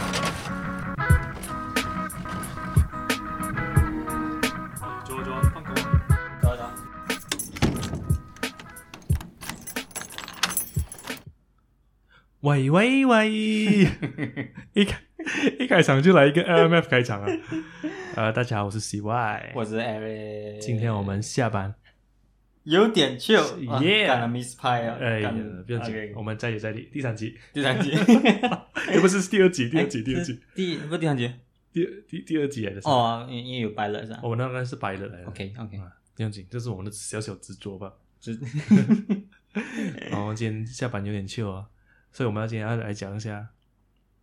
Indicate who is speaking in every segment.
Speaker 1: 啊
Speaker 2: 喂喂喂， 一开一开场就来一个 LMF 开场啊！ 呃，大家好，我是 CY，
Speaker 1: 我是 Eric。
Speaker 2: 今天我们下班，
Speaker 1: 有点 chill，啊
Speaker 2: Yeah
Speaker 1: 干了 Miss Pie 啊，
Speaker 2: 哎呀
Speaker 1: 干，
Speaker 2: 不要紧
Speaker 1: OK，
Speaker 2: 我们再接再厉，第三集，
Speaker 1: 第三 集，
Speaker 2: 也不是是第二集，第二 集，
Speaker 1: 哎
Speaker 2: 第二，
Speaker 1: 是
Speaker 2: 集，
Speaker 1: 第不哎是第三集
Speaker 2: 第二第第二集来的，
Speaker 1: 哦，因因为有白了是吧
Speaker 2: 我们那个是白人来的
Speaker 1: ？OK OK，
Speaker 2: 啊，不用紧，这是我们的小小执 着吧。
Speaker 1: 这
Speaker 2: 然后今天下班有点 chill 啊，所以我们要今天要来讲一下，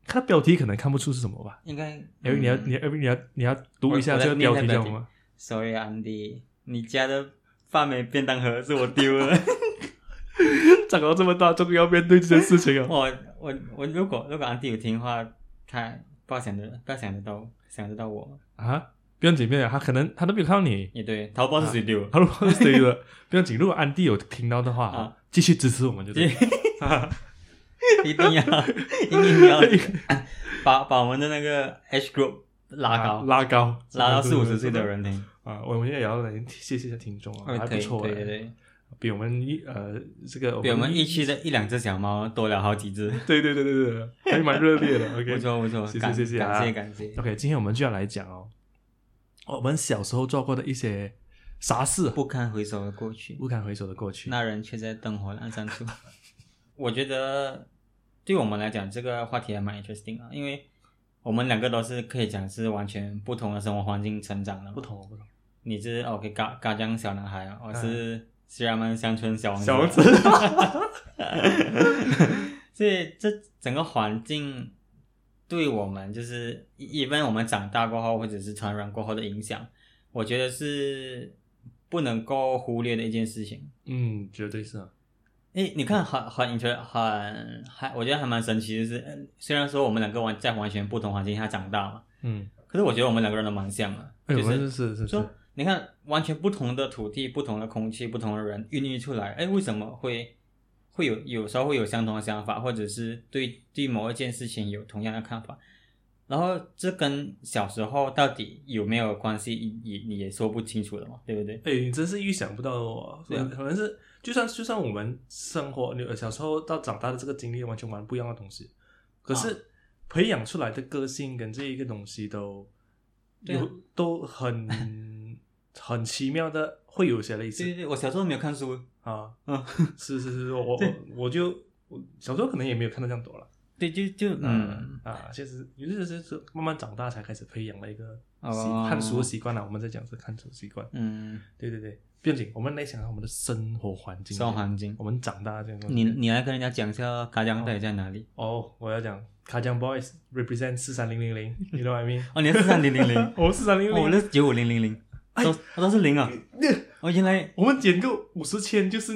Speaker 2: 看到标题可能看不出是什么吧。
Speaker 1: 应该。
Speaker 2: 哎，你要
Speaker 1: 嗯
Speaker 2: 你要你要你要读一下
Speaker 1: 我我
Speaker 2: 这
Speaker 1: 在
Speaker 2: 个
Speaker 1: 念
Speaker 2: 标题
Speaker 1: 那标
Speaker 2: 叫什
Speaker 1: 题
Speaker 2: 么？
Speaker 1: ，Sorry Andy，你家的发霉便当盒是我丢了。
Speaker 2: 长到这么大，终于要面对这件事情了。
Speaker 1: 我我我，如果如果 Andy 有听的话，他不要想得不要想得到想得到我。
Speaker 2: 啊，不用紧，不用紧，他可能他都没有看到你，
Speaker 1: 也对，淘宝是谁丢的？
Speaker 2: 他如果是 谁的，不用紧。如果安迪有听到的话，
Speaker 1: 啊
Speaker 2: 继续支持我们就对。
Speaker 1: 一定要，一定 要把把我们的那个 H group 拉
Speaker 2: 啊
Speaker 1: 高，
Speaker 2: 拉高，
Speaker 1: 拉到四五十岁的人听。
Speaker 2: 啊！我们也要来谢谢一下听众啊，
Speaker 1: 嗯
Speaker 2: 还
Speaker 1: 可
Speaker 2: 不
Speaker 1: 以，
Speaker 2: 错
Speaker 1: 对
Speaker 2: 哎，
Speaker 1: 对对，
Speaker 2: 比我们一呃这个
Speaker 1: 比我们
Speaker 2: 一
Speaker 1: 疫区的一两只小猫多了好几 只，
Speaker 2: 对对对对对对，还蛮热烈的。
Speaker 1: 不
Speaker 2: OK，
Speaker 1: 错不错，
Speaker 2: 谢谢
Speaker 1: 感
Speaker 2: 谢谢啊
Speaker 1: 感谢感谢，
Speaker 2: OK，今天我们就要来讲哦，我们小时候做过的一些傻事，
Speaker 1: 不堪回首的过去，
Speaker 2: 不堪回首的过去。
Speaker 1: 那人却在灯火阑珊处。 我觉得对我们来讲，这个话题还蛮 interesting 啊，因为我们两个都是可以讲是完全不同的生活环境成长的嘛，
Speaker 2: 不同不同，
Speaker 1: 你是 OK 嘎嘎江小男孩啊，我是西安门乡村小王子。
Speaker 2: 嗯小王子
Speaker 1: 所以这整个环境对我们就是，even 我们长大过后或者是成人过后的影响，我觉得是不能够忽略的一件事情。
Speaker 2: 嗯，绝对是啊。
Speaker 1: 诶，你
Speaker 2: 嗯
Speaker 1: 看很很 inter 很还我觉得还蛮神奇，就是嗯虽然说我们两个完在完全不同环境下长大嘛，
Speaker 2: 嗯，
Speaker 1: 可是我觉得我们两个人都蛮像的，
Speaker 2: 哎，
Speaker 1: 就
Speaker 2: 我
Speaker 1: 是
Speaker 2: 们是是是
Speaker 1: 说，你看，完全不同的土地、不同的空气、不同的人孕育出来，哎，为什么会会有有时候会有相同的想法，或者是对对某一件事情有同样的看法？然后这跟小时候到底有没有关系，也也也说不清楚了嘛，对不对？
Speaker 2: 哎、你真是预想不到哦，可
Speaker 1: 对啊
Speaker 2: 能可能是就算就算我们生活你呃小时候到长大的这个经历完全玩不一样的东西，可
Speaker 1: 啊
Speaker 2: 是培养出来的个性跟这一个东西都
Speaker 1: 对啊
Speaker 2: 有、都很 很奇妙的，会有些
Speaker 1: 对对
Speaker 2: 类似
Speaker 1: 对，我小时候没有看书，
Speaker 2: 啊，
Speaker 1: 嗯，
Speaker 2: 是是是，我我
Speaker 1: 对
Speaker 2: 我就我小时候可能也没有看到这样多了，
Speaker 1: 对，就就嗯，
Speaker 2: 啊，其实有些是是慢慢长大才开始培养的一个习
Speaker 1: 哦
Speaker 2: 看书的习惯啊了，我们在讲是看书习惯，
Speaker 1: 嗯，
Speaker 2: 对对对，不用紧，我们来想想我们的生活环境。
Speaker 1: 生活环境
Speaker 2: 我们长大这样东西。
Speaker 1: 你你来跟人家讲一下卡江到底在哪里？
Speaker 2: 哦，我要讲卡江 boys represent 四三零零零，you know what I mean？
Speaker 1: 哦，你是三零零零，
Speaker 2: 我四三零
Speaker 1: 哦，我
Speaker 2: 零零，
Speaker 1: 是九五零零零，都我都是零啊，哦，原来
Speaker 2: 我们减个五十千就是，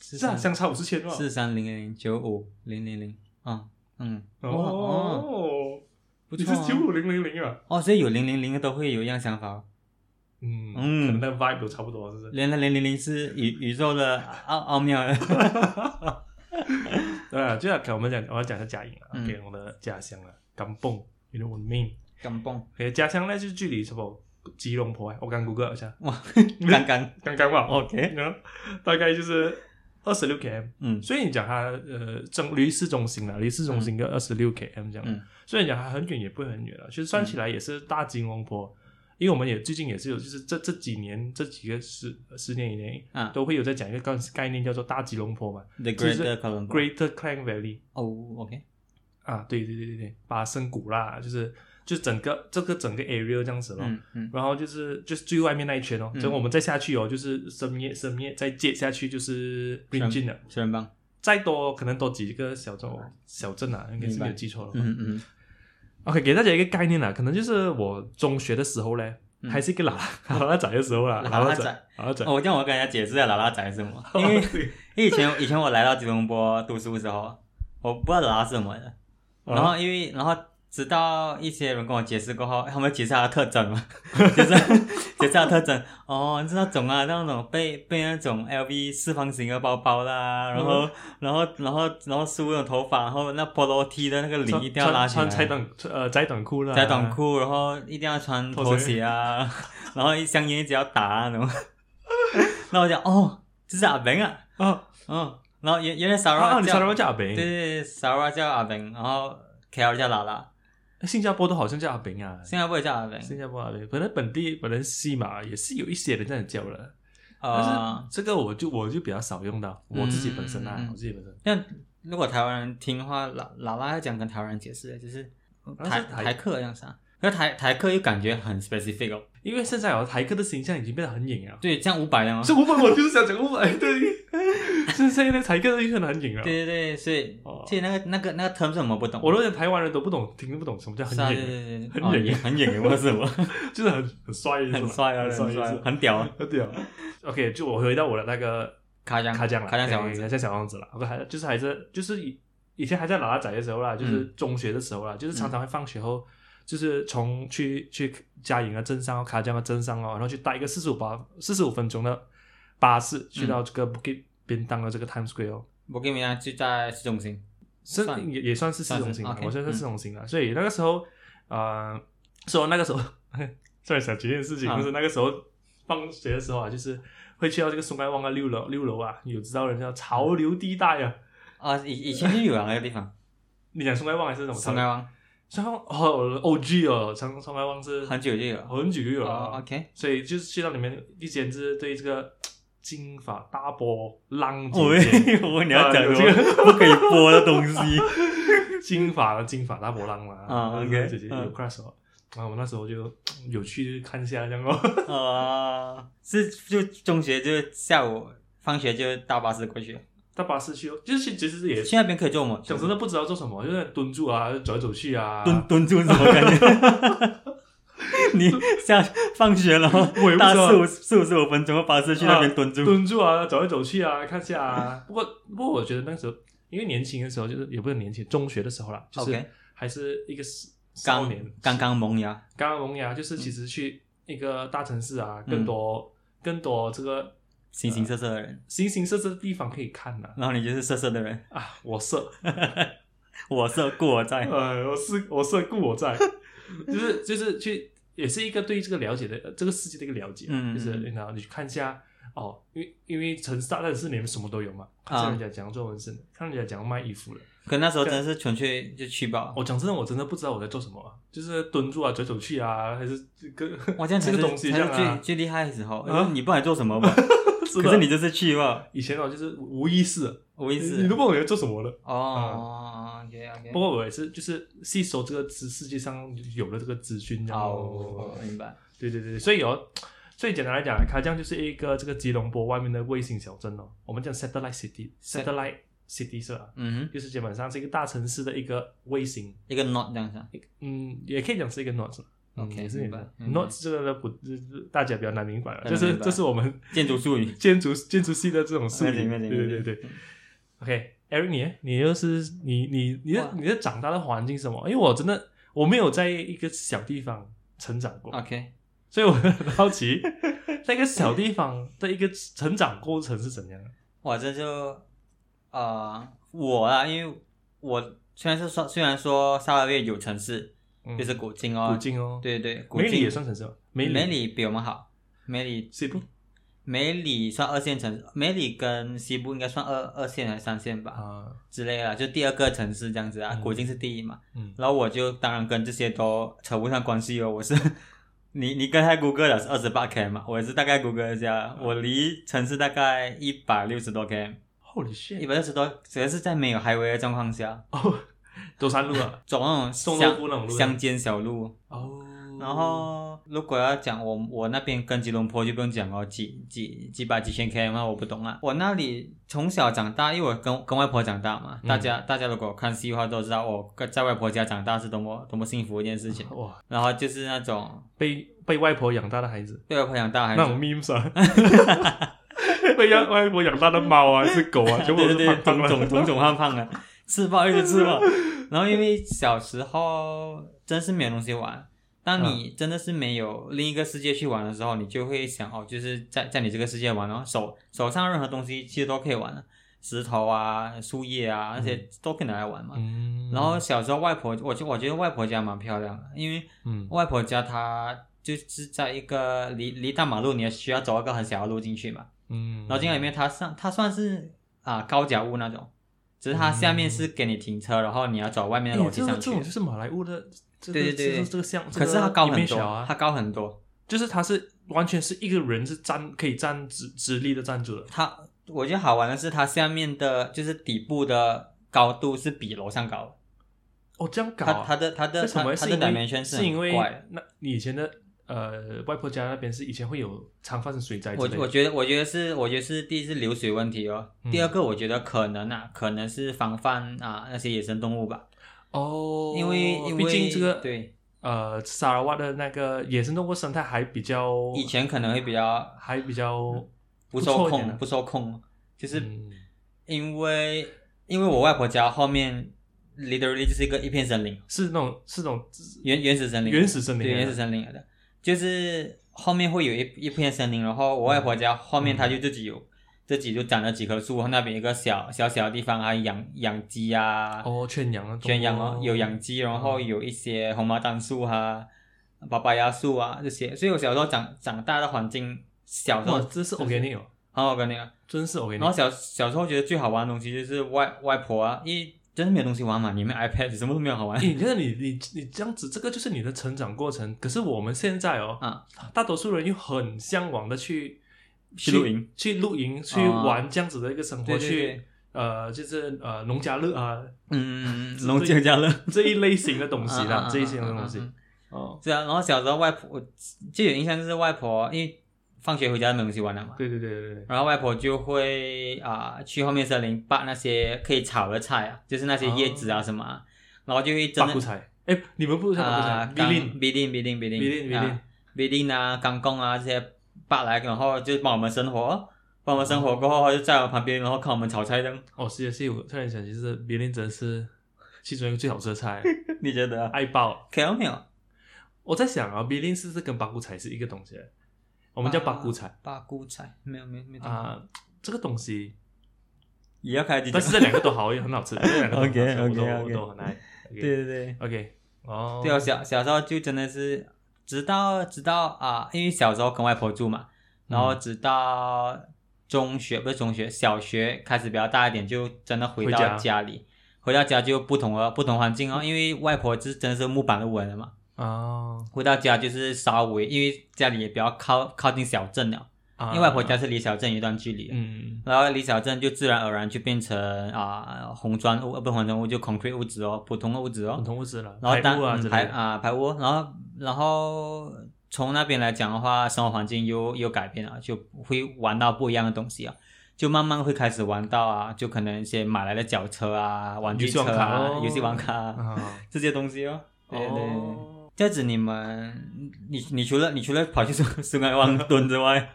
Speaker 2: 是啊，
Speaker 1: 三
Speaker 2: 相差五十千嘛。
Speaker 1: 四三零零九五零零零啊，嗯，
Speaker 2: 哦
Speaker 1: 哦，
Speaker 2: 哦，
Speaker 1: 不
Speaker 2: 你
Speaker 1: 错、
Speaker 2: 是
Speaker 1: 啊，
Speaker 2: 九五零零零啊？
Speaker 1: 哦，所以有零零零都会有一样想法哦，
Speaker 2: 嗯
Speaker 1: 嗯
Speaker 2: 可能那 vibe 都差不多，是不是？
Speaker 1: 原来零零零是宇宇宙的奥奥妙 的，
Speaker 2: 对啊，就要给我们讲，我要讲一下家营啊，
Speaker 1: 嗯
Speaker 2: 给我的家乡啊，甘蹦，you know what I mean？
Speaker 1: 敢蹦
Speaker 2: 给家乡呢就距离什么吉隆坡啊，我刚 Google 一下，
Speaker 1: 哇，刚刚
Speaker 2: 刚刚吧
Speaker 1: OK
Speaker 2: 然后大概就是二十六 km。
Speaker 1: 嗯
Speaker 2: 所以你讲它呃正离市中心啦，离市中心个二十六 km 这样，
Speaker 1: 嗯
Speaker 2: 所以你讲它很远也不会很远啊了，其实算起来也是大吉隆坡。因为我们也最近也是有，就是这这几年这几个十十年以内
Speaker 1: 啊
Speaker 2: 都会有在讲一个概概念叫做大吉隆坡嘛
Speaker 1: ，The
Speaker 2: 就是
Speaker 1: Greater Column
Speaker 2: ，Greater Klang Valley
Speaker 1: 哦，OK，
Speaker 2: 啊，对对对对对，巴生谷啦，就是就整个这个整个 area 这样子咯。
Speaker 1: 嗯嗯
Speaker 2: 然后就是就是最外面那一圈哦，
Speaker 1: 嗯
Speaker 2: 等、我们再下去哦，就是深夜深夜再接下去就是 g r e e n
Speaker 1: 嗯
Speaker 2: g i n 了，
Speaker 1: 学人帮，
Speaker 2: 再多可能多几个小镇小镇啊，应该是没有记错了吧。
Speaker 1: 嗯嗯
Speaker 2: OK，给大家一个概念啦，可能就是我中学的时候嘞，
Speaker 1: 嗯
Speaker 2: 还是一个喇 喇喇仔的时候啦，
Speaker 1: 喇喇
Speaker 2: 喇仔
Speaker 1: 仔，
Speaker 2: 喇喇
Speaker 1: 嗯，
Speaker 2: 仔。
Speaker 1: 哦，我这样我跟人家解释一下拉拉仔是什 么，因
Speaker 2: 哦
Speaker 1: 为因为以前以前我来到吉隆坡读书的时候，我不知道拉拉是什么的，
Speaker 2: 哦
Speaker 1: 然后因为然后直到一些人跟我解释过后，他们解释它的特征嘛， 解释解释它的特征。哦，是那种啊，那种被被那种 LV 四方形的包包
Speaker 2: 嗯
Speaker 1: 啦，然后、然后然后然后梳那种头发，然后那 polo T 的那个领
Speaker 2: 穿
Speaker 1: 一定要拉起来，
Speaker 2: 穿穿窄短穿呃窄短裤啦，
Speaker 1: 窄短，裤，然后一定要穿拖鞋啊， 然后一香 烟一直要打啊那种。那我讲哦，这是阿明啊，
Speaker 2: 啊，
Speaker 1: 嗯，然后原原来
Speaker 2: 啊，
Speaker 1: Sara
Speaker 2: 你
Speaker 1: 叫、
Speaker 2: 查到叫阿炳
Speaker 1: 对对，对，Sara 叫阿炳，然后 KL 叫拉拉，
Speaker 2: 哎新加坡都好像叫阿炳啊，
Speaker 1: 新加坡也叫阿炳，
Speaker 2: 新加坡阿炳，可能本地本来西马也是有一些人这样叫了，但
Speaker 1: 呃
Speaker 2: 是，这个我就我就比较少用到，我自己本身啊
Speaker 1: 嗯嗯，嗯
Speaker 2: 我自己本身，
Speaker 1: 那如果台湾人听的话，拉拉拉要讲跟台湾人解释的，就是
Speaker 2: 好像
Speaker 1: 台
Speaker 2: 是台
Speaker 1: 台客这样子啊，可是台台客又感觉很 specific 哦，
Speaker 2: 因为现在哦台客的形象已经变得很隐了。
Speaker 1: 对，像伍佰那样哦
Speaker 2: 是，五百，我就是想讲五百，对， 现在那台客的很很隐了。
Speaker 1: 对对对，所以
Speaker 2: 哦
Speaker 1: 其实那个那个那个 term 是我们不懂，
Speaker 2: 我都连台湾人都不懂，听不懂什么叫很
Speaker 1: 是啊，对
Speaker 2: 野，
Speaker 1: 对对，
Speaker 2: 很
Speaker 1: 哦
Speaker 2: 野
Speaker 1: 也很 野，我是我，
Speaker 2: 就是很很帅的意思嘛，
Speaker 1: 很帅啊，
Speaker 2: 很
Speaker 1: 很
Speaker 2: 帅的意
Speaker 1: 帅
Speaker 2: 思
Speaker 1: 啊，，很屌啊，
Speaker 2: 很屌。OK，就我回到我的那个
Speaker 1: 卡啊江
Speaker 2: 卡酱了，
Speaker 1: 卡江小王
Speaker 2: 对
Speaker 1: 子
Speaker 2: 卡，酱小王子了。我还就是还是就是以以前还在老大仔的时候
Speaker 1: 嗯
Speaker 2: 啦，就是中学的时候啦，就是常常会放学后，就是从去去嘉颖啊、镇上啊、卡江啊、镇上啊，然后去搭一个四十五八四十五分钟的巴士去到这个
Speaker 1: 嗯
Speaker 2: Bukit Bintang 的这个 Times Square 哦。
Speaker 1: 我跟你讲就在市中心，
Speaker 2: 是
Speaker 1: 算
Speaker 2: 也也算是四
Speaker 1: 算是
Speaker 2: 种型了，
Speaker 1: OK，嗯
Speaker 2: 我算是四种型了。所以那个时候，呃，说那个时候，突 然想起一件事情，
Speaker 1: 啊
Speaker 2: 就是那个时候放学的时候啊，就是会去到这个松盖旺啊六楼六楼啊，有知道人叫
Speaker 1: 嗯
Speaker 2: 潮流地带啊。
Speaker 1: 啊，以以前就有啊那个地 方，
Speaker 2: 你讲松盖旺还是什么？
Speaker 1: 松开湾
Speaker 2: 松盖旺哦，O G 哦，松松盖旺是
Speaker 1: 很久就有了哦
Speaker 2: 很久就有了啊。
Speaker 1: ，OK，
Speaker 2: 所以就是去到里面一间是对这个金发大波浪
Speaker 1: 我
Speaker 2: 姐姐，
Speaker 1: 我你要讲什
Speaker 2: 啊有这
Speaker 1: 么不可以播的东西，
Speaker 2: 金发金发大波浪嘛，
Speaker 1: 啊
Speaker 2: 就是
Speaker 1: OK，
Speaker 2: 姐姐有
Speaker 1: 嗯
Speaker 2: crush 哦，然后我那时候就有去看一下这样哦，
Speaker 1: 啊，是就中学就下午放学就搭巴士过去，
Speaker 2: 搭巴士去哦，就是其实也
Speaker 1: 去那边可以做什么？
Speaker 2: 讲真的不知道做什么，就是蹲住啊，走来走去啊，
Speaker 1: 蹲蹲住是什么感觉？ 你下放学了吗
Speaker 2: 我也不知？
Speaker 1: 搭
Speaker 2: 道
Speaker 1: 四五四五十五分钟的巴士去那边蹲住，
Speaker 2: 啊蹲住啊，走来走去啊，看一下啊。不过不过我觉得那时候因为年轻的时候就是也不是年轻，中学的时候啦，就是
Speaker 1: OK
Speaker 2: 还是一个少少
Speaker 1: 刚
Speaker 2: 年，
Speaker 1: 刚刚萌芽，
Speaker 2: 刚刚萌芽，就是其实去一个大城市啊，
Speaker 1: 嗯
Speaker 2: 更多更多这个
Speaker 1: 形形色色的人，
Speaker 2: 形形色色的地方可以看呐
Speaker 1: 然后你就是色色的人，
Speaker 2: 啊，我色。
Speaker 1: 我色故哎我在，
Speaker 2: 呃，我是我是故我在， 就是就是去，也是一个对这个了解的呃这个世界的一个了解，
Speaker 1: 嗯
Speaker 2: 就是
Speaker 1: 嗯嗯
Speaker 2: 然后你去看一下哦，因为因为城市大城市里面什么都有嘛，看
Speaker 1: 啊
Speaker 2: 一下人家讲做纹身的，看人家讲卖衣服的。
Speaker 1: 可那时候真的是纯粹就去吧。
Speaker 2: 我讲真的，我真的不知道我在做什么、啊，就是蹲住啊，走走去啊，还是这个
Speaker 1: 哇，这样才
Speaker 2: 这
Speaker 1: 是
Speaker 2: 个东西
Speaker 1: 才
Speaker 2: 这样
Speaker 1: 是最
Speaker 2: 啊。
Speaker 1: 最厉害的时候哎
Speaker 2: 啊，
Speaker 1: 你不管做什么 吧，
Speaker 2: 是的
Speaker 1: 可是你就是去吧，
Speaker 2: 以前哦，就是无意识的，
Speaker 1: 我意
Speaker 2: 你
Speaker 1: 思
Speaker 2: 都不知道我在做什么了。
Speaker 1: 哦，OK OK，
Speaker 2: 啊不过我也是，就是吸收这个知世界上有了这个资讯，然后
Speaker 1: 哦，明白，
Speaker 2: 对对对，所以哦，最简单来讲，卡江就是一个这个吉隆坡外面的卫星小镇哦，我们叫 satellite
Speaker 1: Sat-
Speaker 2: city，satellite city 是吧？
Speaker 1: 嗯哼，
Speaker 2: 就是基本上是一个大城市的一个卫星，
Speaker 1: 一个 not 这样子啊，
Speaker 2: 嗯，也可以讲是一个 north 啦。嗯
Speaker 1: OK，
Speaker 2: 也是
Speaker 1: 明白明白嗯
Speaker 2: not 这个呢不，就是大家比较难明白了，
Speaker 1: 难
Speaker 2: 这是
Speaker 1: 明白啊
Speaker 2: 这是我们，
Speaker 1: 建筑术语
Speaker 2: 建筑建筑系的这种术语，
Speaker 1: 没问题
Speaker 2: 对
Speaker 1: 没问
Speaker 2: 对
Speaker 1: 题
Speaker 2: 对对。OK，Eric，你呢你又是你你你的
Speaker 1: 哇
Speaker 2: 你的长大的环境是什么？因为我真的我没有在一个小地方成长过，
Speaker 1: OK，
Speaker 2: 所以我很好奇， 那个小地方的一个成长过程是怎样的？
Speaker 1: 哇，这就啊我啊，因为我虽然是说虽然说沙拉越有城市，
Speaker 2: 嗯
Speaker 1: 就是古晋哦
Speaker 2: 古，晋哦，，
Speaker 1: 对对，古
Speaker 2: 梅里
Speaker 1: 晋
Speaker 2: 也算城市吗？梅
Speaker 1: 梅
Speaker 2: 里
Speaker 1: 里比我们好，梅里
Speaker 2: 西部
Speaker 1: 梅里算二线城，梅里跟西部应该算二二线还是三线吧
Speaker 2: 啊，
Speaker 1: 之类的，就第二个城市这样子啊，
Speaker 2: 嗯
Speaker 1: 古晋是第一嘛。
Speaker 2: 嗯，
Speaker 1: 然后我就当然跟这些都扯不上关系哦，我是 你你刚才 Google 了是二十八 K 嘛，我也是大概 Google 一下，我离城市大概一百六十多 K，
Speaker 2: 后里
Speaker 1: 一
Speaker 2: 县
Speaker 1: 百六十多，主要是在没有 highway 的状况下，
Speaker 2: 哦， 走山路啊，
Speaker 1: 走那种
Speaker 2: 送
Speaker 1: 乡
Speaker 2: 肉铺那种路
Speaker 1: 乡间小路。
Speaker 2: 哦，
Speaker 1: 然后如果要讲我我那边跟吉隆坡就不用讲哦，几几几百几千 K 嘛，我不懂啊。我那里从小长大，因为我跟跟外婆长大嘛，
Speaker 2: 嗯
Speaker 1: 大家、大家如果看戏的话都知道，我在外婆家长大是多么多么幸福的一件事情。
Speaker 2: 哇，
Speaker 1: 然后就是那种
Speaker 2: 被被外婆养大的孩子，
Speaker 1: 被外婆养大还
Speaker 2: 那
Speaker 1: 是
Speaker 2: 种 memes 啊， 被外外婆养大的猫啊，还是狗 啊，全部
Speaker 1: 对
Speaker 2: 都
Speaker 1: 对对，
Speaker 2: 是 胖
Speaker 1: 种
Speaker 2: 胖
Speaker 1: 种
Speaker 2: 的，
Speaker 1: 种种胖胖的，吃饱一直吃 饱。然后因为小时候真是没有东西玩，
Speaker 2: 嗯
Speaker 1: 当你真的是没有另一个世界去玩的时候，你就会想哦，就是在在你这个世界玩哦，手手上任何东西其实都可以玩的，石头啊、树叶啊那些都可以拿来玩嘛。
Speaker 2: 嗯
Speaker 1: 然后小时候外婆，我就我觉得外婆家蛮漂亮的，因为
Speaker 2: 嗯
Speaker 1: 外婆家她就是在一个离离大马路，你需要走一个很小的路进去嘛。
Speaker 2: 嗯，
Speaker 1: 然后进到里面，它上它算是啊、高脚屋那种，只是它下面是给你停车，然后你要走外面的楼
Speaker 2: 哎，
Speaker 1: 梯
Speaker 2: 这
Speaker 1: 上
Speaker 2: 个
Speaker 1: 去
Speaker 2: 这。种就是马来物的，这个
Speaker 1: 对对对
Speaker 2: 这个这个像，
Speaker 1: 可是它高
Speaker 2: 这个
Speaker 1: 很
Speaker 2: 面
Speaker 1: 多，
Speaker 2: 小啊，
Speaker 1: 它高很多。
Speaker 2: 就是它是完全是一个人是站可以站直直立的站住的，
Speaker 1: 它我觉得好玩的是，它下面的就是底部的高度是比楼上高的。
Speaker 2: 哦，这样搞
Speaker 1: 它
Speaker 2: 啊，
Speaker 1: 它的它的
Speaker 2: 为什么
Speaker 1: 它它
Speaker 2: 是
Speaker 1: 的
Speaker 2: 因为
Speaker 1: dimension
Speaker 2: 是因
Speaker 1: 很
Speaker 2: 为
Speaker 1: 怪的。
Speaker 2: 那你以前的呃外婆家那边是以前会有常发生水灾之
Speaker 1: 我
Speaker 2: 类
Speaker 1: 我
Speaker 2: 的，
Speaker 1: 觉得我觉得是我觉得是第一是流水问题哦，
Speaker 2: 嗯
Speaker 1: 第二个我觉得可能啊可能是防范啊那些野生动物吧，
Speaker 2: 哦，
Speaker 1: 因为因为
Speaker 2: 毕竟这个
Speaker 1: 对
Speaker 2: 呃沙拉瓦的那个野生动物生态还比较
Speaker 1: 以前可能会比较
Speaker 2: 还比较
Speaker 1: 不
Speaker 2: 错
Speaker 1: 受
Speaker 2: 一点的
Speaker 1: 控不受控，就是
Speaker 2: 嗯
Speaker 1: 因为、因为我外婆家后面 literally 就是一个一片森林，
Speaker 2: 是那种是那种
Speaker 1: 原原始森林，
Speaker 2: 原始森林
Speaker 1: 对
Speaker 2: 来的
Speaker 1: 原始森林来的，就是后面会有一一片森林，然后我外婆家后
Speaker 2: 嗯
Speaker 1: 面她就自己有。自己就长了几棵树，然后那边有一个小小小的地方，还啊养养鸡啊，
Speaker 2: 哦圈养那种
Speaker 1: 圈养哦，有养鸡，然后有一些红毛丹树啊、巴巴牙树啊这些。所以我小时候长长大的环境，小时候
Speaker 2: 哇，这是 organic 哦，
Speaker 1: 很好跟那个。
Speaker 2: 真是
Speaker 1: 然后
Speaker 2: organic，
Speaker 1: 小小时候觉得最好玩的东西就是外外婆啊，因为真的没有东西玩嘛，你们 iPad 什么都没有 好玩
Speaker 2: 诶哎你看你你你这样子，这个就是你的成长过程。可是我们现在哦，
Speaker 1: 啊。
Speaker 2: 大多数人又很向往的去
Speaker 1: 去露营、
Speaker 2: 去露营、去
Speaker 1: 啊
Speaker 2: 玩这样子的一个生活，
Speaker 1: 对对
Speaker 2: 去
Speaker 1: 对，
Speaker 2: 呃，就是呃农家乐啊
Speaker 1: 嗯，啊农家家乐
Speaker 2: 这一类型的东西啦，这一
Speaker 1: 些
Speaker 2: 型的东西。哦，
Speaker 1: 是啊，然后小时候外婆，我就有印象就是外婆，因为放学回家没东西玩了嘛，
Speaker 2: 对对对对对，
Speaker 1: 然后外婆就会啊、去后面森林拔那些可以炒的菜啊，就是那些叶子啊什么啊、然后就会真
Speaker 2: 八股
Speaker 1: 的
Speaker 2: 菜，哎，你们不是八股菜，
Speaker 1: 啊，
Speaker 2: 米
Speaker 1: 钢
Speaker 2: 令
Speaker 1: 比令比令比令
Speaker 2: 米令米令
Speaker 1: 啊，比令啊，钢弓啊这些拔来，然后就帮我们生活，帮我们生活过后，就在我们旁边，然后看我们炒菜这样。
Speaker 2: 哦，是的是的，我突然想起，就是米令真的是其中一个最好吃的菜，
Speaker 1: 你觉得啊
Speaker 2: 爱爆。
Speaker 1: 可以没啊有？
Speaker 2: 我在想啊，米令是不是跟八股菜是一个东西？
Speaker 1: 啊
Speaker 2: 我们叫八股菜
Speaker 1: 八菇菜没有没有没有。啊，
Speaker 2: 啊，这个东西。
Speaker 1: 也要开始
Speaker 2: 但是
Speaker 1: 讲。
Speaker 2: 这两个都好，也很好吃，这两个都很好吃
Speaker 1: OK，OK，OK
Speaker 2: 我都我都很爱。
Speaker 1: 对对对。
Speaker 2: ，OK，哦，
Speaker 1: 对我啊小小时候就真的是，直到直到啊、因为小时候跟外婆住嘛，然
Speaker 2: 嗯
Speaker 1: 后直到中学不是中学，小学开始比较大一点，就真的回
Speaker 2: 回家嗯
Speaker 1: 到家里，回到家就不同了不同环境哦，因为外婆是真的是木板路人的嘛，
Speaker 2: 哦，
Speaker 1: 回到家就是稍微因为家里也比较靠靠近小镇了，
Speaker 2: 啊
Speaker 1: 因为外婆家，是离小镇有一段距离的。
Speaker 2: 嗯，
Speaker 1: 然后离小镇就自然而然就变成啊、红砖屋，呃不是红砖屋就 concrete 屋子哦，普通的屋子哦，
Speaker 2: 很同物质了，
Speaker 1: 然后
Speaker 2: 排
Speaker 1: 当
Speaker 2: 骨啊
Speaker 1: 嗯
Speaker 2: 之
Speaker 1: 排
Speaker 2: 类的，
Speaker 1: 啊排屋，然后然后从那边来讲的话，生活环境又又改变了，就会玩到不一样的东西啊，就慢慢会开始玩到啊，就可能一些买来的脚车啊、玩具车啊、游
Speaker 2: 游
Speaker 1: 戏
Speaker 2: 戏
Speaker 1: 王
Speaker 2: 王
Speaker 1: 卡
Speaker 2: 卡
Speaker 1: 啊、
Speaker 2: 啊，
Speaker 1: 这些东西哦。对对对
Speaker 2: 哦
Speaker 1: 这样子你们，你你除了你除了跑去苏苏格 湾蹲之外，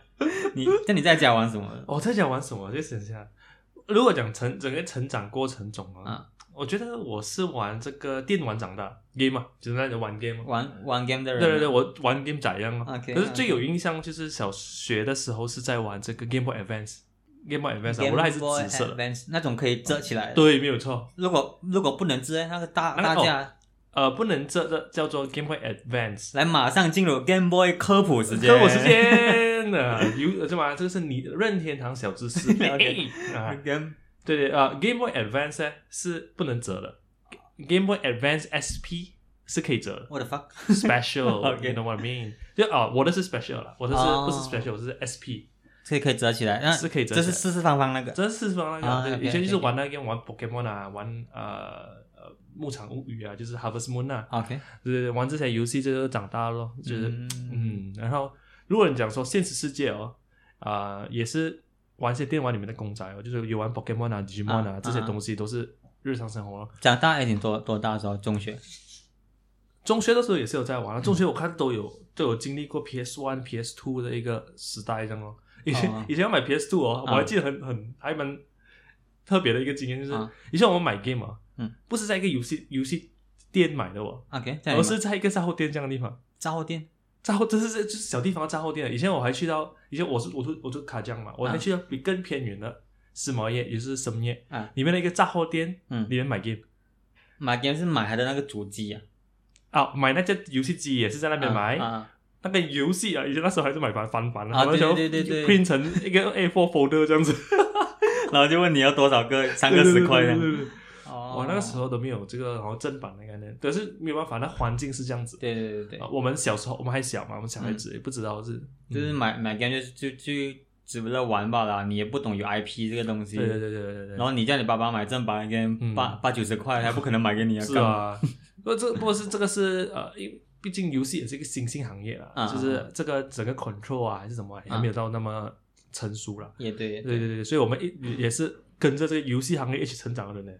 Speaker 1: 你那你在家玩什么？
Speaker 2: 我在想玩什么，就想一下，如果讲成整个成长过程中啊
Speaker 1: 啊，
Speaker 2: 我觉得我是玩这个电玩长大，game 嘛，就是那种玩 game 嘛。
Speaker 1: 玩玩 game 的
Speaker 2: 对
Speaker 1: 人？
Speaker 2: 对对，。我玩 game 咋样啊？
Speaker 1: OK，
Speaker 2: 可是最有印象就是小学的时候是在玩这个 Game Boy Advance，Game Boy Advance，啊
Speaker 1: Game
Speaker 2: 我的还是
Speaker 1: Boy
Speaker 2: 紫色的。
Speaker 1: Advance 那种可以折起来的。
Speaker 2: 对，没有错。
Speaker 1: 如果如果不能折，那个大大
Speaker 2: 那个
Speaker 1: 家
Speaker 2: 呃，不能这这叫做 Game Boy Advance。
Speaker 1: 来，马上进入 Game Boy 科普时间。
Speaker 2: 科普时间呢，有什么？这个是你任天堂小 知识。
Speaker 1: 了解
Speaker 2: 啊，
Speaker 1: Game
Speaker 2: 对对啊、呃、，Game Boy Advance 呢是不能折的，Game Boy Advance SP 是可以折的。
Speaker 1: What the fuck？
Speaker 2: Special，you
Speaker 1: OK
Speaker 2: know what I mean？就啊、我的是 special 了，我的是、
Speaker 1: 哦
Speaker 2: 不是 special，我是 SP，
Speaker 1: 可以可以折起来，那
Speaker 2: 是可以折
Speaker 1: 这
Speaker 2: 起来
Speaker 1: 是四四方方那个。
Speaker 2: 这是四方那个、
Speaker 1: 啊
Speaker 2: 对
Speaker 1: OK，
Speaker 2: 以前就是
Speaker 1: OK，OK
Speaker 2: 玩那个玩 Pokemon 啊，玩呃呃牧场物语啊，就是 Harvest Moon 啊，
Speaker 1: OK，
Speaker 2: 就是玩这些游戏就是长大咯，就是
Speaker 1: 嗯，
Speaker 2: 嗯，然后如果你讲说现实世界哦，啊、也是玩一些电玩里面的公仔哦，就是有玩 Pokemon 啊、Digimon 啊
Speaker 1: 啊
Speaker 2: 这些
Speaker 1: 啊
Speaker 2: 东西都是日常生活咯。
Speaker 1: 长大一点多多大的时候？中学
Speaker 2: 中学的时候也是有在 玩啊，中学我看都有都有经历过 PS One、PS Two 的一个时代，这样哦。以前、
Speaker 1: 啊
Speaker 2: 以前要买 PS Two 哦，
Speaker 1: 啊
Speaker 2: 我还记得很很还蛮特别的一个经验，就是、
Speaker 1: 啊
Speaker 2: 以前我们买 game 啊，
Speaker 1: 嗯，
Speaker 2: 不是在一个游戏游戏店买的哦，
Speaker 1: ，OK，在
Speaker 2: 而是在一个杂货店这样的地方。
Speaker 1: 杂货店
Speaker 2: 炸后，这是就是小地方的炸后店。以前我还去到，以前我是我住我住卡江嘛，我还去到比更偏远的世贸业，也就是什么业
Speaker 1: 啊，
Speaker 2: 里面的一个炸后店，
Speaker 1: 嗯
Speaker 2: 里面买 game
Speaker 1: 买 game 是买它的那个主机啊，
Speaker 2: 啊，买那些游戏机也是在那边买，
Speaker 1: 啊
Speaker 2: 那个游戏啊，以前那时候还是买翻翻版的，
Speaker 1: 啊
Speaker 2: 我那时候
Speaker 1: 对对对对
Speaker 2: print 成一个 A4 folder 这样子，
Speaker 1: 然后就问你要多少个，三个
Speaker 2: 对
Speaker 1: 十块这
Speaker 2: 对对
Speaker 1: 样。
Speaker 2: 对对对
Speaker 1: 哦
Speaker 2: 我那个时候都没有这个，然后正版的概念，但是没有办法，那环境是这样子。
Speaker 1: 对对对对
Speaker 2: 啊，我们小时候我们还小嘛，我们小孩子也不知道是，嗯
Speaker 1: 对，就是买买 game 就就就只为了玩罢了，啊你也不懂有 IP 这个东西。
Speaker 2: 对对对对对对
Speaker 1: 然后你叫你爸爸买正版的 game，、
Speaker 2: 嗯
Speaker 1: 八八九十块，他不可能买给你啊。
Speaker 2: 是
Speaker 1: 干嘛，
Speaker 2: 啊， 不过这不过是这个是呃，因为毕竟游戏也是一个新兴行业啦，
Speaker 1: 啊
Speaker 2: 就是这个整个 control 啊还是什么啊，还没有到那么成熟啦。
Speaker 1: 也对。
Speaker 2: 对对对，所以我们一也是跟着这个游戏行业一起成长的人呢，